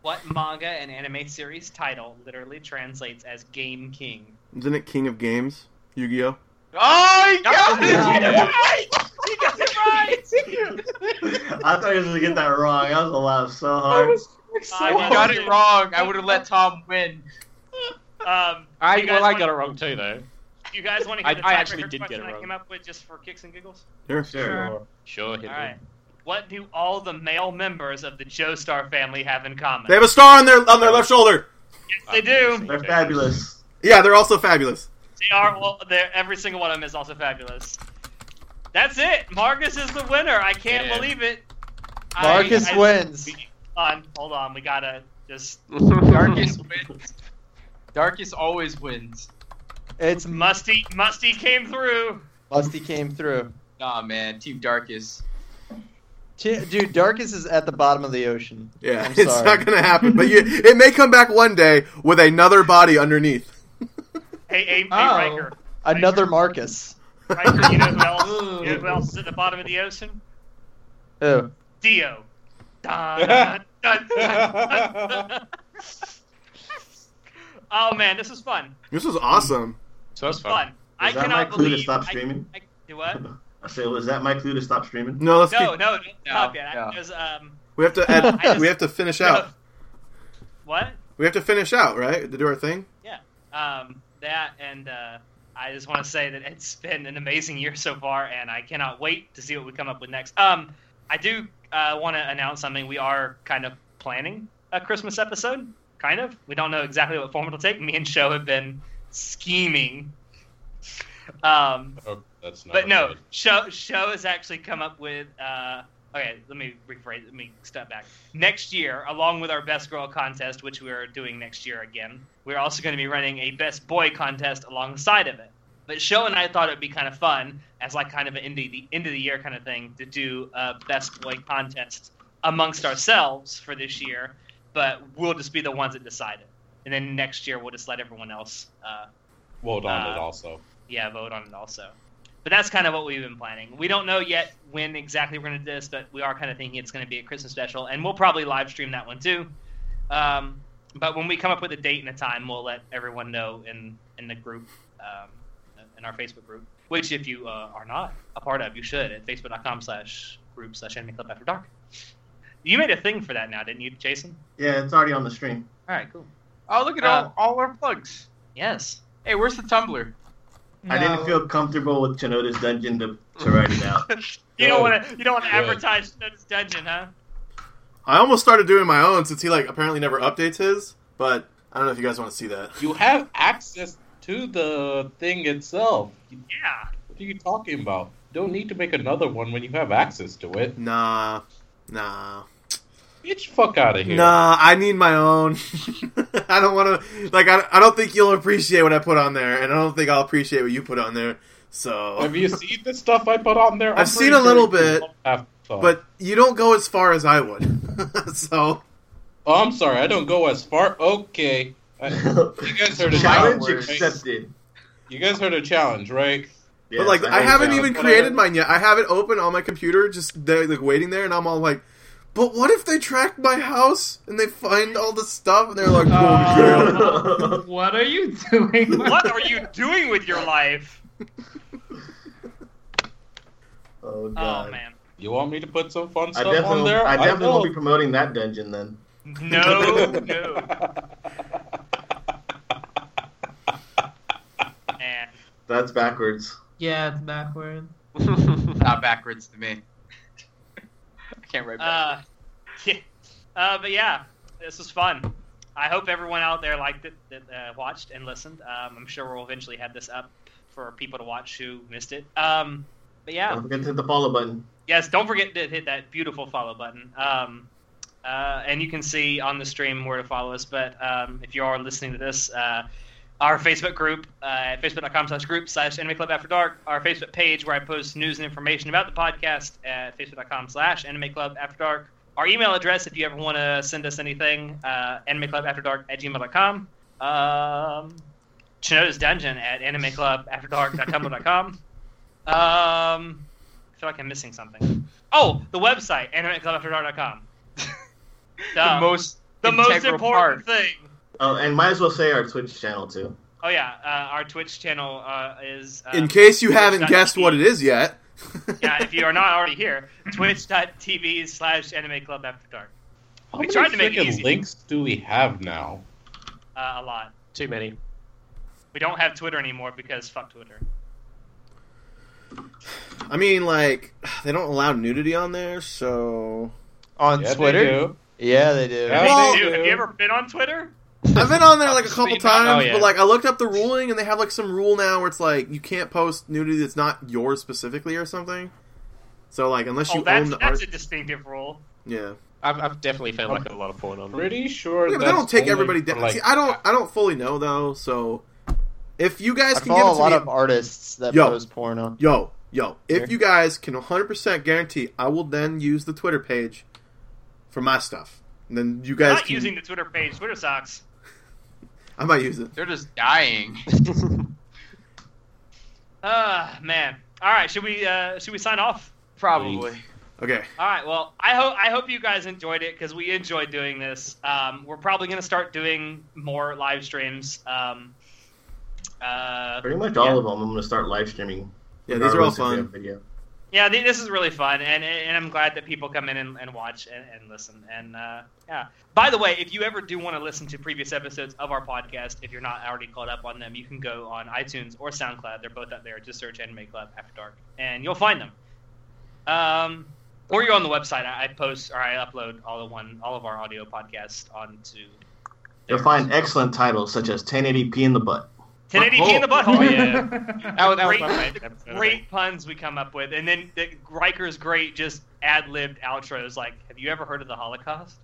What manga and anime series title literally translates as Game King?
Isn't it King of Games? Yu-Gi-Oh.
Oh, he got it!
He got it right.
I thought he was gonna get that wrong. I was gonna laugh so hard.
I
He got it wrong. I would have let Tom win.
Um,
I
you guys
well, I
want-
got it wrong too, though.
Do you guys want to
I-
hear the
I
tiebreaker
actually did
question
get it
I
wrong.
came up with just for kicks and giggles?
Here.
Sure.
Sure, hit
All
me.
right. What do all the male members of the Joestar family have in common?
They have a star on their on their left shoulder.
yes, they do.
They're fabulous.
Yeah, they're also fabulous.
They are. Well, they're, every single one of them is also fabulous. That's it. Marcus is the winner. I can't
Yeah.
believe it. I-
Marcus
I-
wins.
we- hold on, hold on. We gotta just
Darkest wins. Darkest always wins.
It's
musty. Musty came through.
Musty came through.
Nah, man. Team Darkest.
T- Dude, Darkus is at the bottom of the ocean.
Yeah,
I'm
it's
sorry.
not going to happen. But you, it may come back one day with another body underneath.
Hey, hey, hey
Oh.
Riker.
Another Marcus.
Riker, you know who else?
Ooh.
You know who else is at the bottom of the ocean?
Oh.
Dio. Dun, dun, dun, dun, dun. oh man, this is fun.
This was awesome.
So that's
Fun.
fun.
I
Is that
cannot
my clue
believe.
to stop
I-
streaming?
I, do what?
I said, was that my clue to stop streaming?
No, let's
No,
keep,
no, don't stop
No,
yet.
no.
There's, um,
we have to add,
I just-
we have to finish
no.
out.
What?
We have to finish out, right? To do our thing.
Um, that and uh, I just want to say that it's been an amazing year so far, and I cannot wait to see what we come up with next. Um, I do uh, want to announce something. We are kind of planning a Christmas episode, kind of. We don't know exactly what form it'll take. Me and Show have been scheming. Um,
Oh, that's not
but no,
good.
show show has actually come up with. Uh, okay, let me rephrase. Let me step back. Next year, along with our best girl contest, which we are doing next year again, we're also going to be running a best boy contest alongside of it. But show and I thought it would be kind of fun as like kind of an end of the end of the year kind of thing to do a best boy contest amongst ourselves for this year. But we'll just be the ones that decide it, and then next year we'll just let everyone else. Uh,
Well done,
uh,
it also.
yeah, vote on it also. But that's kind of what we've been planning. We don't know yet when exactly we're going to do this, but we are kind of thinking it's going to be a Christmas special, and we'll probably live stream that one too. Um, but when we come up with a date and a time, we'll let everyone know in in the group, um, in our Facebook group. Which, if you uh, are not a part of, you should at facebook.com/slash group slash Anime Club After Dark. You made a thing for that now, didn't you, Jason?
Yeah, it's already on the stream.
All right, cool.
Oh, look at
Uh,
all, all our plugs.
Yes.
Hey, where's the Tumblr?
I didn't feel comfortable with Chinoda's dungeon to, to write it out.
You don't want to. You don't want to
Good.
advertise this dungeon, huh?
I almost started doing my own since he like apparently never updates his. But I don't know if you guys want to see that.
You have access to the thing itself.
Yeah.
What are you talking about? You don't need to make another one when you have access to it.
Nah, nah,
Get your fuck out of here.
nah. I need my own. I don't want to. Like I, I don't think you'll appreciate what I put on there, and I don't think I'll appreciate what you put on there. So
Have you seen the stuff I put on there? I'm
I've seen
pretty
a little
sure you
bit,
have stuff.
But you don't go as far as I would. so
oh, I'm sorry, I don't go as far. Okay, I- you guys heard a
Challenge
challenge. Right?
accepted.
You guys heard a challenge, right?
Yes,
but like I,
heard
haven't
that.
even
But I
created
don't-
mine yet. I have it open on my computer, just there, like waiting there, and I'm all like, "But what if they track my house and they find all the stuff?" And they're like, "Oh,
Oh. What are you doing?
what are you doing with your life?
oh god.
Oh man,
You want me to put some fun
I
stuff on
definitely,
there?
I definitely
will.
won't be promoting that dungeon then.
no, no, man.
That's backwards.
Yeah, it's backward.
Not backwards to me. I can't write back.
Uh, yeah. Uh, but yeah, this was fun. I hope everyone out there liked it, that uh, watched and listened. Um, I'm sure we'll eventually have this up for people to watch who missed it. Um, but yeah,
Don't forget to hit the follow button.
yes, don't forget to hit that beautiful follow button. Um, uh, and you can see on the stream where to follow us. But um, if you are listening to this, uh, our Facebook group uh, at facebook.com slash group slash anime club after dark, our Facebook page where I post news and information about the podcast at facebook.com slash anime club after dark, our email address if you ever want to send us anything, uh, anime club after dark at gmail.com, um, Chinoda's dungeon at anime club after dark.tumblr.com. Um, I feel like I'm missing something. Oh, the website, animeclubafterdark.com.
the most
the most
integral
important
part.
thing.
Oh, and might as well say our Twitch channel too.
Oh yeah, uh, our Twitch channel uh, is. Uh,
In case you haven't
twitch.tv.
guessed what it is yet,
yeah, if you are not already here, twitch.tv slash anime club after dark.
How
We
many
tried to make it
freaking
easy.
links do we have now?
Uh, a lot.
Too many.
We don't have Twitter anymore because fuck Twitter.
I mean, like they don't allow nudity on there, so
On
Yeah, they
Twitter?
do.
Yeah, they do.
Yeah.
Well-
Dude, have you ever been on Twitter?
I've been on there like a couple
Obviously not.
times,
Oh, yeah.
but like I looked up the ruling and they have like some rule now where it's like you can't post nudity that's not yours specifically or something. So like unless you
Oh, that's
own the
that's
art,
a distinctive rule.
yeah.
I've, I've definitely found like a lot of porn on. there.
Pretty sure.
Yeah, but they
that's
don't take
only
everybody
for,
down.
like-
See, I don't. I don't fully know though. So if you guys
I
can give it
follow a
to
lot
me,
of artists that
Yo.
post porn on.
yo, yo, if you guys can 100% guarantee, I will then use the Twitter page for my stuff. And then you guys
Not
can.
using the Twitter page. Twitter sucks.
I might use it.
They're just dying.
Ah, man. All right, should we uh, should we sign off?
Probably.
Okay.
All right. Well, I hope I hope you guys enjoyed it because we enjoyed doing this. Um, we're probably going to start doing more live streams. Um, uh,
Pretty much
Yeah.
all of them. I'm gonna start live streaming.
Yeah, these are all
regardless if they have
fun.
Video.
yeah, th- this is really fun, and and I'm glad that people come in and, and watch and, and listen. And uh, yeah. By the way, if you ever do want to listen to previous episodes of our podcast, if you're not already caught up on them, you can go on iTunes or SoundCloud. They're both up there. Just search Anime Club After Dark, and you'll find them. Um, or you're on the website. I, I post or I upload all of one all of our audio podcasts onto.
You'll find excellent titles such as 1080p in the butt.
1080p in the butthole. Oh, Yeah.
That was- that was
Great-
my favorite episode, I think.
great puns we come up with, and then the, Riker's great just ad libbed outros like, "Have you ever heard of the Holocaust?"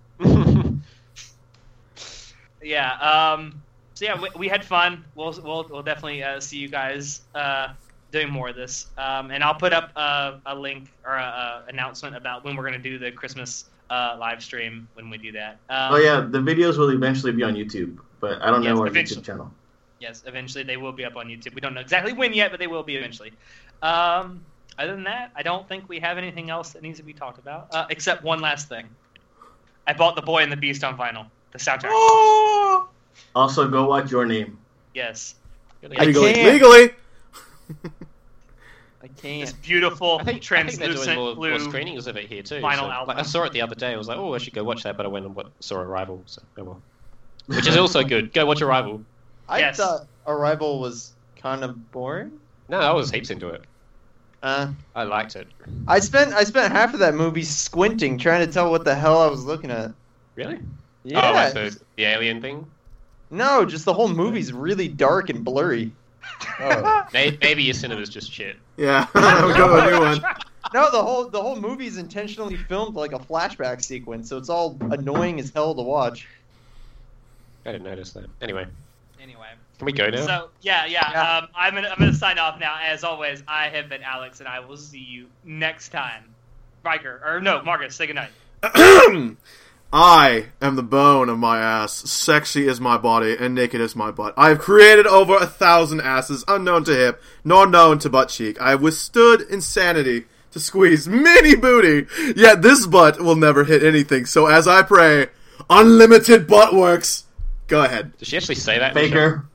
Yeah. Um, so yeah, we, we had fun. We'll we'll, we'll definitely uh, see you guys uh, doing more of this, um, and I'll put up a, a link or a, a announcement about when we're gonna do the Christmas uh, live stream when we do that. Um,
oh yeah, the videos will eventually be on YouTube, but I don't
Yes,
know our
eventually.
YouTube channel.
Yes, eventually they will be up on YouTube. We don't know exactly when yet, but they will be eventually. Um, other than that, I don't think we have anything else that needs to be talked about, uh, except one last thing. I bought The Boy and the Beast on vinyl, the soundtrack.
Also, go watch Your Name.
Yes,
I
Legally.
can't.
Legally.
I can't.
this beautiful
I think, I think they're
translucent
doing more,
blue.
more screenings of it here too.
vinyl
so,
album.
Like, I saw it the other day. I was like, oh, I should go watch that, but I went and wa- saw Arrival. So, oh well. Which is also good. Go watch Arrival.
I
Yes.
thought Arrival was kind of boring.
No, I was heaps into it.
Uh,
I liked it.
I spent I spent half of that movie squinting, trying to tell what the hell I was looking at.
Really?
Yeah.
Oh, like the, the alien thing.
No, just the whole movie's really dark and blurry.
Oh,
May- Maybe your cinema's just shit.
Yeah. I'll go to a new one.
No, the whole the whole movie's intentionally filmed like a flashback sequence, so it's all annoying as hell to watch.
I didn't notice that. Anyway,
Anyway,
can we go now?
so yeah, yeah. Um, I'm gonna I'm gonna sign off now. As always, I have been Alex, and I will see you next time. Riker, or no, Marcus, say goodnight.
I am the bone of my ass. Sexy is my body, and naked is my butt. I have created over a thousand asses, unknown to hip, nor known to butt cheek. I have withstood insanity to squeeze many booty, yet this butt will never hit anything. So as I pray, unlimited butt works. Go ahead.
Did she actually say that? in the show?
Baker,